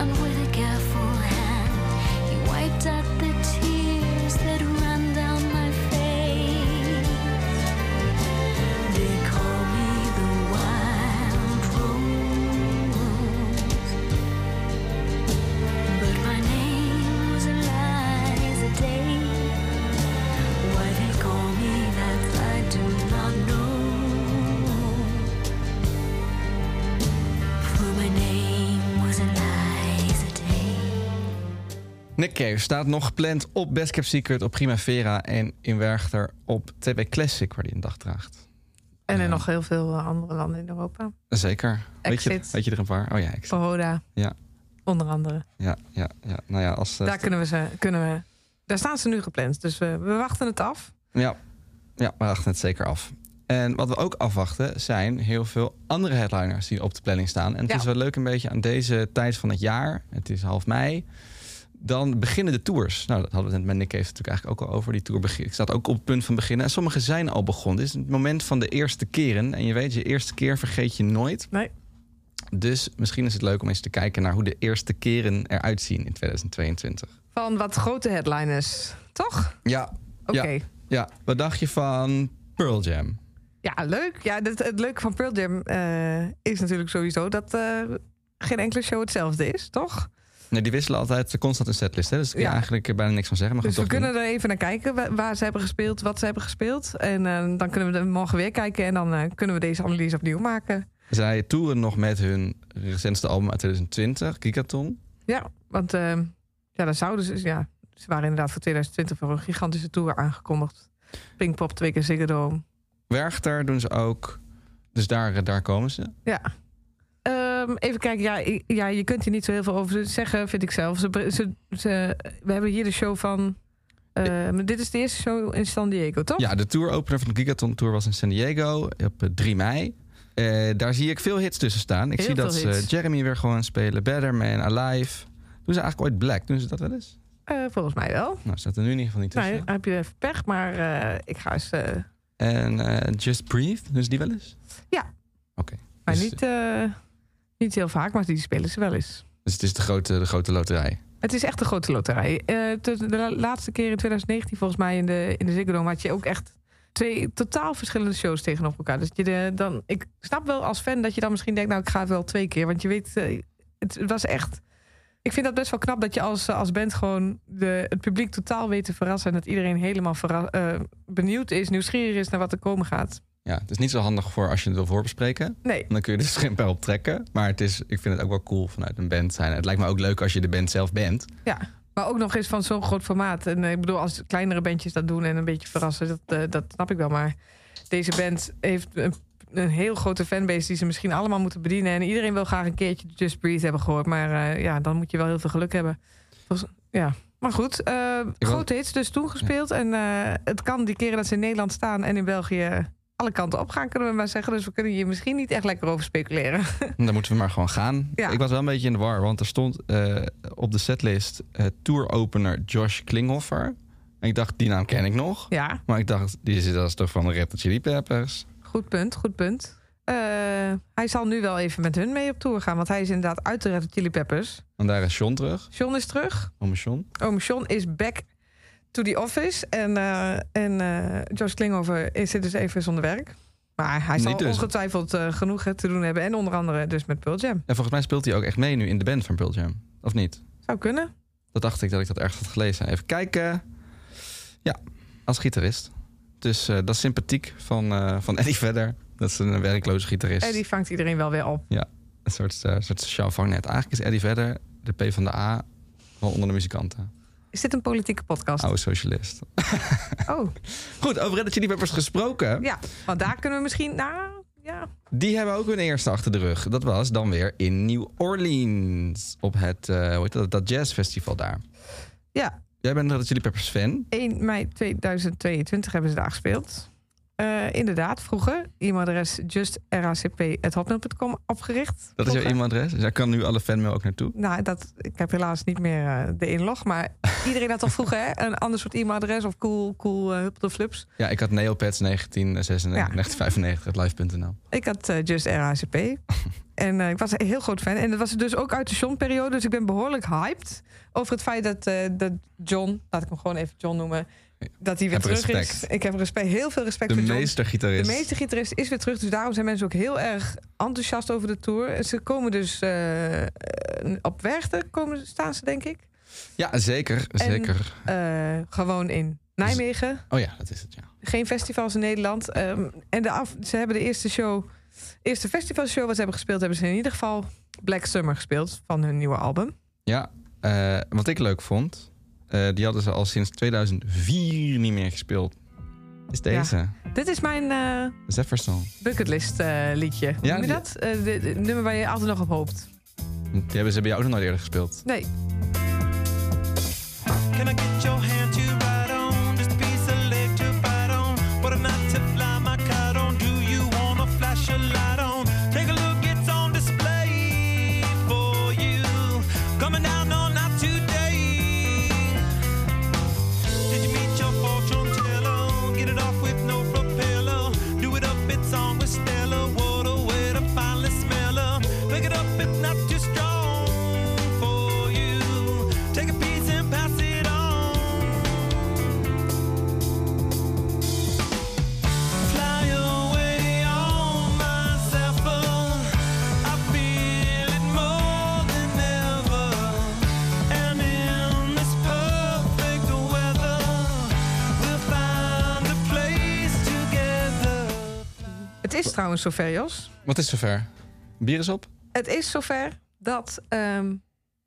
S8: and with a careful hand, he wiped out the tears that ran down my face. They call me the wild rose. But my name was Eliza Day. Why they call me that I do not know. For my name was Eliza Day.
S1: Nick Cave staat nog gepland op Best Kept Secret, op Primavera en in Werchter op TB Classic, waar hij een dag draagt.
S2: En in
S1: Ja.
S2: nog heel veel eh, andere landen in Europa.
S1: Zeker. Weet je,
S2: Exit.
S1: weet je er een paar? Oh ja, Exit.
S2: Pahoda.
S1: Ja.
S2: Onder andere.
S1: Ja, ja, ja. Nou ja, als... eh,
S2: Daar kunnen we ze. Kunnen we, daar staan ze nu gepland. Dus we, we wachten het af.
S1: Ja, ja we wachten het zeker af. En wat we ook afwachten zijn heel veel andere headliners die op de planning staan. En het
S2: Ja.
S1: is wel leuk een beetje aan deze tijd van het jaar. Het is half mei. Dan beginnen de tours. Nou, dat hadden we het met Nick heeft het natuurlijk eigenlijk ook al over. Die tour begin- ik staat ook op het punt van beginnen. En sommige zijn al begonnen. Dit is het moment van de eerste keren. En je weet, je eerste keer vergeet je nooit.
S2: Nee.
S1: Dus misschien is het leuk om eens te kijken naar hoe de eerste keren eruit zien in 2022.
S2: Van wat grote headliners. Toch?
S1: Ja,
S2: Oké.
S1: Ja. ja. wat dacht je van Pearl Jam?
S2: Ja, leuk. Ja, het, het leuke van Pearl Jam eh, is natuurlijk sowieso dat eh, geen enkele show hetzelfde is, toch?
S1: Nee, die wisselen altijd constant een setlist. Hè? Dus ik kan
S2: Ja.
S1: eigenlijk bijna niks van zeggen. Maar
S2: Dus we
S1: goed, toch
S2: kunnen er even naar kijken wa- waar ze hebben gespeeld, wat ze hebben gespeeld. En eh, dan kunnen we er morgen weer kijken en dan eh, kunnen we deze analyse opnieuw maken.
S1: doen. Zij toeren nog met hun recentste album uit 2020, Gigaton.
S2: Ja, want eh, ja, dan zouden ze, ja, ze waren inderdaad voor 2020 voor een gigantische tour aangekondigd. Pinkpop, twee keer Ziggo Dome.
S1: Werchter doen ze ook. Dus daar, daar komen ze.
S2: Ja. Ehm, even kijken, ja, i- ja, je kunt hier niet zo heel veel over zeggen, vind ik zelf. Ze, bre- ze, ze- we hebben hier de show van. eh, maar dit is de eerste show in San Diego, toch?
S1: Ja, de tour-opener van de Gigaton Tour was in San Diego op eh, 3 mei. Eh, daar zie ik veel hits tussen staan. Ik
S2: Heel
S1: zie dat
S2: veel
S1: ze
S2: hits.
S1: Jeremy weer gewoon spelen. Better Man, Alive. Doen ze eigenlijk ooit Black? Doen ze dat wel eens?
S2: Eh, volgens mij wel.
S1: Nou, staat er nu in ieder geval niet tussen.
S2: Nou, dan heb je even pech, maar eh, ik ga eens. eh,
S1: En eh, Just Breathe, dus die wel eens?
S2: Ja.
S1: Oké.
S2: maar
S1: Dus-
S2: niet, eh, niet heel vaak, maar die spelen ze wel eens.
S1: Dus het is de grote, de grote loterij.
S2: Het is echt een grote loterij. Eh, tot de la- laatste keer in 2019, volgens mij, in de, in de Ziggo Dome had je ook echt twee totaal verschillende shows tegenop elkaar. Dus je de, dan, ik snap wel als fan dat je dan misschien denkt, nou, ik ga het wel twee keer. Want je weet, eh, het, het was echt... Ik vind dat best wel knap dat je als, eh, als band gewoon de, het publiek totaal weet te verrassen. En dat iedereen helemaal verra- eh, benieuwd is, nieuwsgierig is naar wat er komen gaat.
S1: Ja, het is niet zo handig voor als je het wil voorbespreken.
S2: Nee,
S1: Dan kun je dus geen pijl op trekken. Maar het is, ik vind het ook wel cool vanuit een band zijn. Het lijkt me ook leuk als je de band zelf bent.
S2: Maar ook nog eens van zo'n groot formaat. En eh, ik bedoel, als kleinere bandjes dat doen en een beetje verrassen, dat, eh, dat snap ik wel. Maar deze band heeft een, een heel grote fanbase die ze misschien allemaal moeten bedienen. En iedereen wil graag een keertje Just Breathe hebben gehoord. Maar eh, ja, dan moet je wel heel veel geluk hebben. Volgens- ja. Maar goed, eh
S1: wil-
S2: grote hits dus toen gespeeld. En eh, het kan die keren dat ze in Nederland staan en in België alle kanten op gaan, kunnen we maar zeggen. Dus we kunnen hier misschien niet echt lekker over speculeren.
S1: En Dan moeten we maar gewoon gaan.
S2: Ja.
S1: Ik was wel een beetje in de war, want er stond eh, op de setlist eh tour-opener Josh Klinghoffer. En ik dacht, die naam ken ik nog.
S2: Ja,
S1: Maar ik dacht, die is, dat is toch van de Red Hot Chili Peppers?
S2: Goed punt, goed punt. Eh, hij zal nu wel even met hun mee op tour gaan, want hij is inderdaad uit de Red Hot Chili Peppers.
S1: En daar is John terug. Oh,
S2: John is terug.
S1: Ome John.
S2: Oom John is back to the office. En, eh en eh Josh Klinghoffer is zit dus even zonder werk. Maar hij zal
S1: Niet dus.
S2: ongetwijfeld eh, genoeg eh, te doen hebben. En onder andere dus met Pearl Jam.
S1: En volgens mij speelt hij ook echt mee nu in de band van Pearl Jam. Of niet?
S2: Zou kunnen.
S1: Dat dacht ik dat ik dat ergens had gelezen. Even kijken. Ja, als gitarist. Dus eh, dat is sympathiek van, eh van Eddie Vedder. Dat is een werkloze gitarist.
S2: En Eh, die vangt iedereen wel weer op.
S1: Een soort, eh, soort sociaal vangnet. Eigenlijk is Eddie Vedder de P van de A van onder de muzikanten.
S2: Is dit een politieke podcast?
S1: Oude socialist. Ah.
S2: Oh,
S1: Goed, over Red Hot Chili Peppers gesproken.
S2: ja. Want daar kunnen we misschien... Nou, ja.
S1: Die hebben ook hun eerste achter de rug. Dat was dan weer in New Orleans. Op het, eh, hoe heet dat, dat jazzfestival daar.
S2: Ja,
S1: Jij bent een Red Hot Chili Peppers fan.
S2: 1 mei 2022 hebben ze daar gespeeld. Eh, inderdaad, vroeger. E-mailadres justracp.hotmail.com opgericht.
S1: Dat is jouw
S2: Vroeger.
S1: e-mailadres. Dus daar kan nu alle fanmail ook naartoe.
S2: Nou, dat, ik heb helaas niet meer eh, de inlog. Maar iedereen had toch vroeger hè? een ander soort e-mailadres. Of cool, cool, eh, huppel de flups.
S1: Ja, ik had Neopets 1996, het live.nl.
S2: Ik had eh, Just RACP. en eh, ik was een heel groot fan. En dat was dus ook uit de John-periode. Dus ik ben behoorlijk hyped over het feit dat, eh, dat John... Laat ik hem gewoon even John noemen. Dat hij weer
S1: Heb
S2: terug is.
S1: respect.
S2: Ik heb respect, heel veel respect
S1: De
S2: voor John.
S1: meestergitarist.
S2: De meeste gitarist is weer terug, dus daarom zijn mensen ook heel erg enthousiast over de tour. En Ze komen dus eh, eh, op Werchter komen, staan ze, denk ik.
S1: Ja, zeker.
S2: En-
S1: zeker.
S2: Eh, gewoon in Nijmegen.
S1: Oh ja, dat is het, ja.
S2: Geen festivals in Nederland. Ehm, en de af, ze hebben de eerste show, eerste festivalshow wat ze hebben gespeeld, hebben ze in ieder geval Black Summer gespeeld van hun nieuwe album.
S1: Ja, eh, wat ik leuk vond... eh, die hadden ze al sinds 2004 niet meer gespeeld. Is deze.
S2: Dit is mijn eh,
S1: Jefferson.
S2: bucketlist eh, liedje. Hoe
S1: Ja,
S2: noem je
S1: die-
S2: dat? Eh, de- de- nummer waar je altijd nog op hoopt.
S1: Die hebben ze bij jou ook nog nooit eerder gespeeld.
S2: Nee.
S10: Can I get your hand to ride on? Just a piece of leg to bite on. What a night to fly my kite on. Do you wanna flash a light on? Take a look, it's on display for you. Coming down on not today. Did you meet your fortune teller? Get it off with no propeller. Do it up, it's on with Stella. What a way to finally smell her. Pick it up, it's not too strong for you.
S2: is trouwens zover, Jos.
S1: Wat is zover? Bier is op?
S2: Het is zover dat ehm,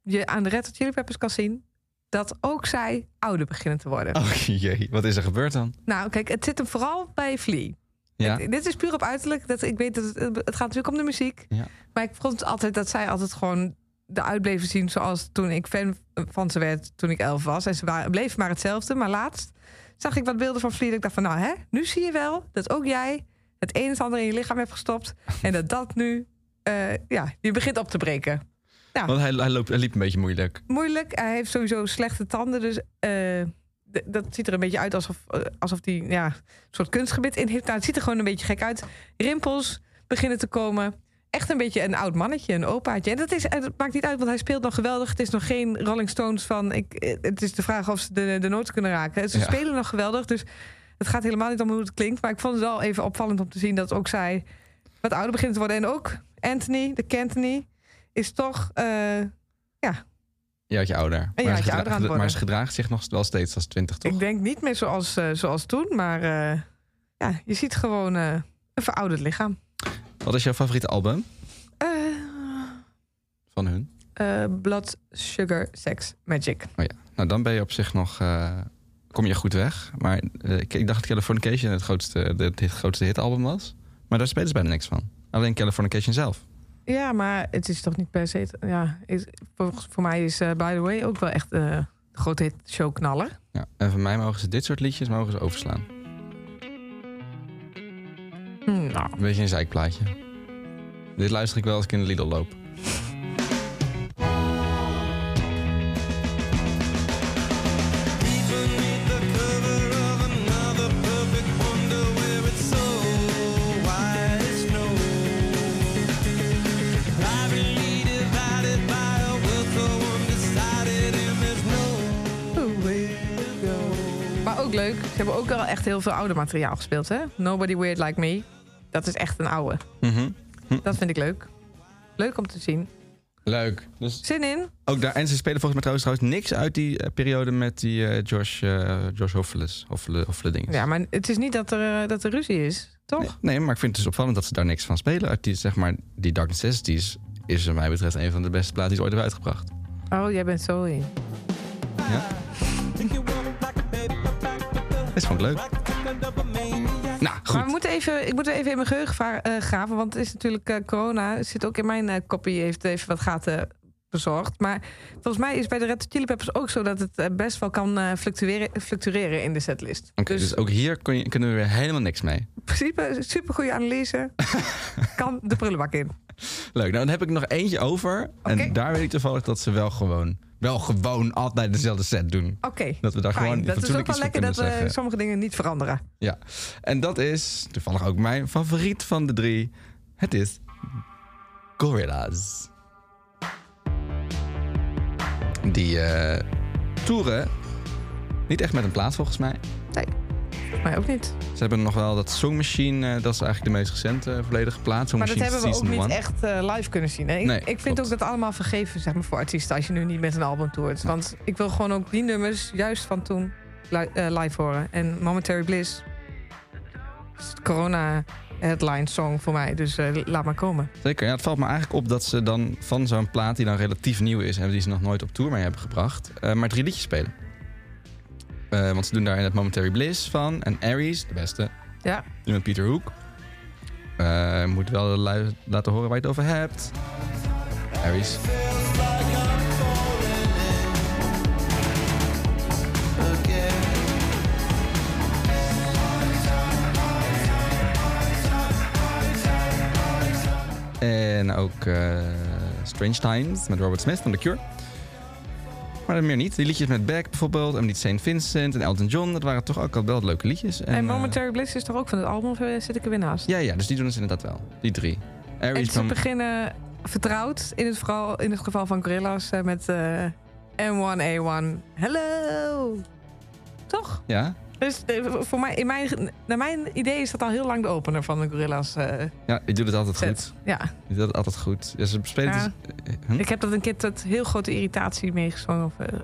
S2: je aan de Red Hot Chili Peppers kan zien... dat ook zij ouder beginnen te worden.
S1: Oh jee, wat is er gebeurd dan?
S2: Nou, kijk, het zit hem vooral bij Flea.
S1: Ja,
S2: Dit is puur op uiterlijk. Dat, ik weet dat het, het gaat natuurlijk om de muziek.
S1: Ja.
S2: Maar ik vond altijd dat zij altijd gewoon eruit bleven zien zoals toen ik fan van ze werd toen ik elf was. En ze waren, bleef maar hetzelfde. Maar laatst zag ik wat beelden van Vliet. Ik dacht van nou hè, nu zie je wel dat ook jij het een en het ander in je lichaam hebt gestopt. En dat dat nu, eh, ja, je begint op te breken. Ja.
S1: want hij, hij, loopt, hij liep een beetje moeilijk.
S2: Moeilijk, hij heeft sowieso slechte tanden. Dus eh, d- dat ziet er een beetje uit alsof eh, alsof die ja, een soort kunstgebit in heeft. Nou, het ziet er gewoon een beetje gek uit. Rimpels beginnen te komen. Echt een beetje een oud mannetje, een opaatje. En dat, is, en dat maakt niet uit, want hij speelt nog geweldig. Het is nog geen Rolling Stones van... Ik, eh, het is de vraag of ze de, de noot kunnen raken. Ze
S1: Ja.
S2: spelen nog geweldig, dus het gaat helemaal niet om hoe het klinkt. Maar ik vond het wel even opvallend om te zien dat ook zij wat ouder begint te worden. En ook Anthony, de Cantony, is toch... eh,
S1: Een jaartje ouder.
S2: jaartje
S1: hij gedra-
S2: ouder aan het worden.
S1: maar ze gedraagt zich nog wel steeds als 20, toch?
S2: Ik denk niet meer zoals, eh, zoals toen, maar eh, ja, je ziet gewoon eh, een verouderd lichaam.
S1: Wat is jouw favoriete album
S2: Eh
S1: van hun?
S2: eh, blood, sugar, sex, magic.
S1: Oh ja, nou dan ben je op zich nog... eh, kom je goed weg. Maar eh, ik, ik dacht dat Californication het grootste, de, het grootste hitalbum was. Maar daar spelen ze bijna niks van. Alleen Californication zelf.
S2: Ja, maar het is toch niet per se... Ja, is, volgens- voor mij is eh, By The Way ook wel echt eh, een grote hit showknaller.
S1: Ja. En van mij mogen ze dit soort liedjes mogen ze overslaan.
S2: Hm, nou,
S1: Een beetje een zeikplaatje. Dit luister ik wel als ik in de Lidl loop.
S2: maar ook leuk. Ze hebben ook wel echt heel veel ouder materiaal gespeeld, hè? Nobody Weird Like Me. Dat is echt een oude. Dat vind ik leuk. Leuk om te zien.
S1: Leuk. Dus
S2: Zin in?
S1: ook daar, en ze spelen volgens mij trouwens, trouwens niks uit die eh, periode met die eh, Josh, eh Josh Hoffeles. Hoffele, Hoffele dinges.
S2: Ja, maar het is niet dat er, eh, dat er ruzie is, toch?
S1: Nee, nee, maar ik vind het dus opvallend dat ze daar niks van spelen. Uit die, zeg maar, die Dark Necessities is wat mij betreft een van de beste platen die ze ooit hebben uitgebracht.
S2: Oh, jij bent zo in.
S1: Dat vond ik leuk. Nou,
S2: Maar we
S1: goed.
S2: moeten even, ik moet er even in mijn geheugen va- eh, graven. Want het is natuurlijk eh, corona. Zit ook in mijn eh kopie. Heeft even wat gaten bezorgd. Maar volgens mij is bij de Red Hot Chili Peppers ook zo dat het eh, best wel kan eh, fluctueren, fluctueren in de setlist.
S1: Oké, dus... ook hier kun je- kunnen we weer helemaal niks mee.
S2: In principe, super goede analyse. kan de prullenbak in.
S1: Leuk, nou dan heb ik nog eentje over.
S2: Oké.
S1: En daar weet ik toevallig dat ze wel gewoon, wel gewoon altijd dezelfde set doen.
S2: Oké.
S1: Dat we daar
S2: fijn.
S1: gewoon
S2: Dat is ook
S1: fatsoenlijk
S2: wel
S1: iets voor
S2: lekker dat
S1: kunnen
S2: we
S1: zeggen.
S2: sommige dingen niet veranderen.
S1: Ja, en dat is toevallig ook mijn favoriet van de drie. Het is Gorillaz. Die eh, toeren niet echt met een plaat volgens mij.
S2: Nee, volgens mij ook niet.
S1: Ze hebben nog wel dat Song Machine, eh, dat is eigenlijk de meest recente eh, volledige plaat. Song
S2: Maar dat
S1: Machine
S2: hebben we ook
S1: Season
S2: niet
S1: One.
S2: echt eh, live kunnen zien. Hè? Ik,
S1: Nee,
S2: ik vind
S1: klopt.
S2: ook dat allemaal vergeven zeg maar, voor artiesten als je nu niet met een album toert. Want ik wil gewoon ook die nummers juist van toen li- eh, live horen. En Momentary Bliss is de corona headline song voor mij. Dus eh, laat maar komen.
S1: Zeker, ja, het valt me eigenlijk op dat ze dan van zo'n plaat die dan relatief nieuw is en die ze nog nooit op tour mee hebben gebracht, eh, maar drie liedjes spelen. Eh, want ze doen daar in het Momentary Bliss van en Aries, de beste,
S2: Ja,
S1: nu met Pieter Hoek. Eh, moet wel lu- laten horen waar je het over hebt. Aries. En ook eh, Strange Times met Robert Smith van The Cure. Maar dan meer niet. Die liedjes met Beck bijvoorbeeld, en niet St. Vincent en Elton John, dat waren toch ook al wel leuke liedjes.
S2: en,
S1: eh,
S2: Momentary Bliss is toch ook van het album? Of eh, zit ik er weer naast?
S1: ja, ja, dus die doen het inderdaad wel. Die drie.
S2: en
S1: Aries
S2: ze
S1: van...
S2: beginnen vertrouwd, in het, vooral, in het geval van Gorillaz, eh, met eh, M1A1. Hello! Toch?
S1: Ja?
S2: Dus eh, voor mij, in mijn, naar mijn idee is dat al heel lang de opener van de Gorilla's eh,
S1: ja, je doet het altijd
S2: set.
S1: goed.
S2: Ja.
S1: Je doet het altijd goed. Ja, ze spelen
S2: Ja.
S1: dus... eh, hm?
S2: Ik heb dat een keer tot heel grote irritatie meegezongen op, eh,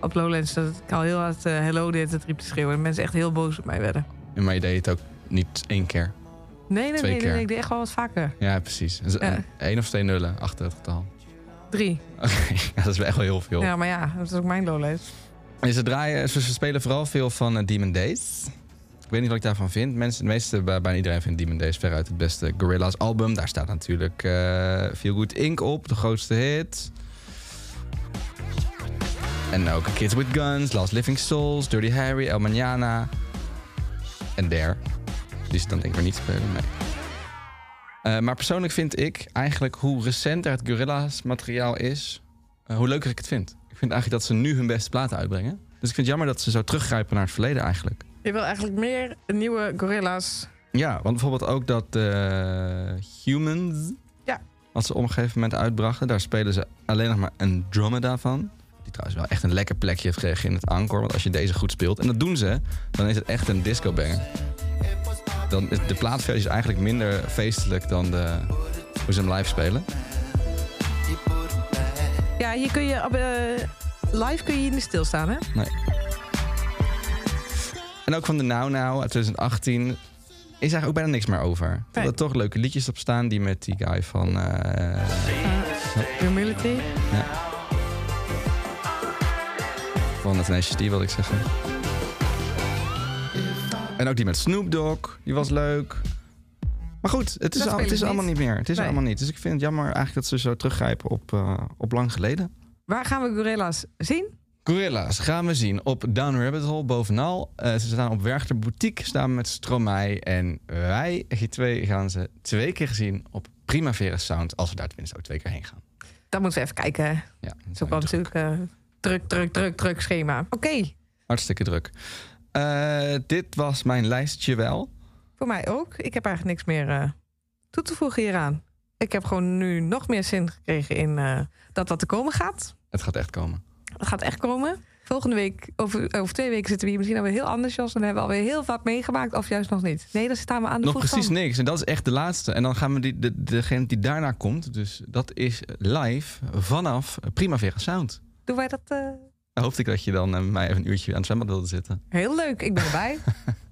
S2: op Lowlands. Dat ik al heel hard eh, hello deed, het riep te schreeuwen. En mensen echt heel boos op mij werden.
S1: Maar je deed het ook niet één keer.
S2: Nee, nee,
S1: Twee
S2: nee, nee,
S1: keer.
S2: nee, ik deed echt wel wat vaker.
S1: Ja, precies. Dus
S2: Ja.
S1: een- één of twee nullen achter het getal.
S2: Drie.
S1: Oké, ja, dat is wel echt wel heel veel.
S2: Ja, maar ja, dat is ook mijn lowlight.
S1: En ze, draaien, ze ze spelen vooral veel van eh, Demon Days. Ik weet niet wat ik daarvan vind. Mensen, de meeste, bij- bijna iedereen vindt Demon Days veruit het beste Gorillaz album. Daar staat natuurlijk eh Feel Good Inc. op, de grootste hit. En ook Kids With Guns, Last Living Souls, Dirty Harry, El Manana. En There. Die ze dan denk ik maar niet spelen, nee. Eh, maar persoonlijk vind ik eigenlijk hoe recenter het Gorillaz materiaal is, eh, hoe leuker ik het vind. Ik vind eigenlijk dat ze nu hun beste platen uitbrengen. Dus ik vind het jammer dat ze zo teruggrijpen naar het verleden eigenlijk.
S2: Je wil eigenlijk meer nieuwe gorilla's.
S1: Ja, want bijvoorbeeld ook dat eh, Humans,
S2: Ja.
S1: wat ze op een gegeven moment uitbrachten, daar spelen ze alleen nog maar een Andromeda van. Die trouwens wel echt een lekker plekje heeft gekregen in het encore. Want als je deze goed speelt, en dat doen ze, dan is het echt een disco banger. Dan is de plaatversie is eigenlijk minder feestelijk dan de, hoe ze hem live spelen.
S2: Ja, hier kun je op, eh, live kun je hier niet stilstaan, hè?
S1: Nee. En ook van de Now Now uit 2018 is eigenlijk ook bijna niks meer over. Terwijl er toch leuke liedjes op staan die met die guy van... eh,
S2: Humility.
S1: ja. Van het NCT wil ik zeggen. En ook die met Snoop Dogg, die was leuk. Maar goed, het is,
S2: Dat
S1: al- het
S2: spelen
S1: is
S2: ze
S1: allemaal
S2: niet.
S1: niet meer. Het is er
S2: Nee.
S1: allemaal niet. Dus ik vind het jammer eigenlijk dat ze zo teruggrijpen op, eh, op lang geleden.
S2: Waar gaan we gorilla's zien?
S1: Gorilla's gaan we zien op Down Rabbit Hole bovenal. Eh, ze staan op Werchter Boutique samen met Stromae. En wij, G2, gaan ze twee keer zien op Primavera Sound. Als we daar tenminste ook twee keer heen gaan.
S2: Daar moeten we even kijken. hè.
S1: Ja,
S2: Dat is ook wel natuurlijk eh, druk, druk, druk, druk schema. Oké,
S1: hartstikke druk. Eh, dit was mijn lijstje wel.
S2: voor mij ook. Ik heb eigenlijk niks meer eh, toe te voegen hieraan. Ik heb gewoon nu nog meer zin gekregen in eh, dat dat te komen gaat.
S1: Het gaat echt komen.
S2: Het gaat echt komen. Volgende week, over, over twee weken zitten we hier misschien alweer heel anders, Jos. En hebben we alweer heel vaak meegemaakt, of juist nog niet. Nee, dan staan we aan de
S1: Nog
S2: vroeg
S1: precies
S2: van.
S1: niks. En dat is echt de laatste. En dan gaan we die, de, degene die daarna komt. Dus dat is live vanaf Primavera Sound.
S2: Doen wij dat eh,
S1: Dan hoopte ik dat je dan eh, met mij even een uurtje aan het zwembad wilde zitten.
S2: heel leuk. Ik ben erbij.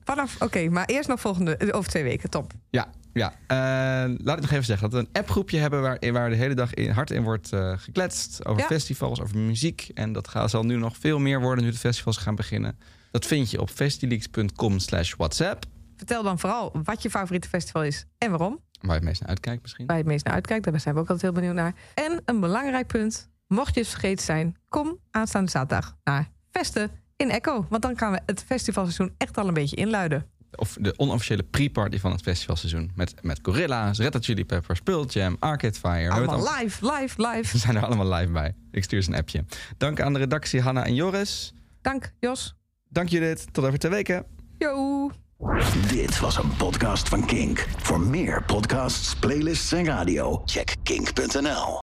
S2: Vanaf, oké, maar eerst nog volgende, eh, over twee weken. Top.
S1: Ja, ja. Eh, laat ik nog even zeggen dat we een appgroepje hebben waar, waar de hele dag in, hard in wordt eh, gekletst. Over
S2: Ja.
S1: festivals, over muziek. En dat gaat, zal nu nog veel meer worden nu de festivals gaan beginnen. Dat vind je op festileaks.com slash WhatsApp.
S2: Vertel dan vooral wat je favoriete festival is en waarom.
S1: Waar je het meest naar uitkijkt misschien.
S2: Waar je het meest naar uitkijkt, daar zijn we ook altijd heel benieuwd naar. En een belangrijk punt, mocht je het vergeten zijn... kom aanstaande zaterdag naar Vesten in Echo. Want dan gaan we het festivalseizoen echt al een beetje inluiden.
S1: Of de onofficiële pre-party van het festivalseizoen. Met, met Gorilla's, Red Hot Chili Peppers, Pearl Jam, Arcade Fire. We hebben het
S2: Allemaal
S1: al-
S2: live, live, live.
S1: We zijn er allemaal live bij. Ik stuur ze een appje. Dank aan de redactie Hanna en Joris.
S2: Dank, Jos.
S1: Dank Judith. Tot over twee weken.
S2: Yo!
S4: Dit was een podcast van Kink. Voor meer podcasts, playlists en radio, check kink.nl.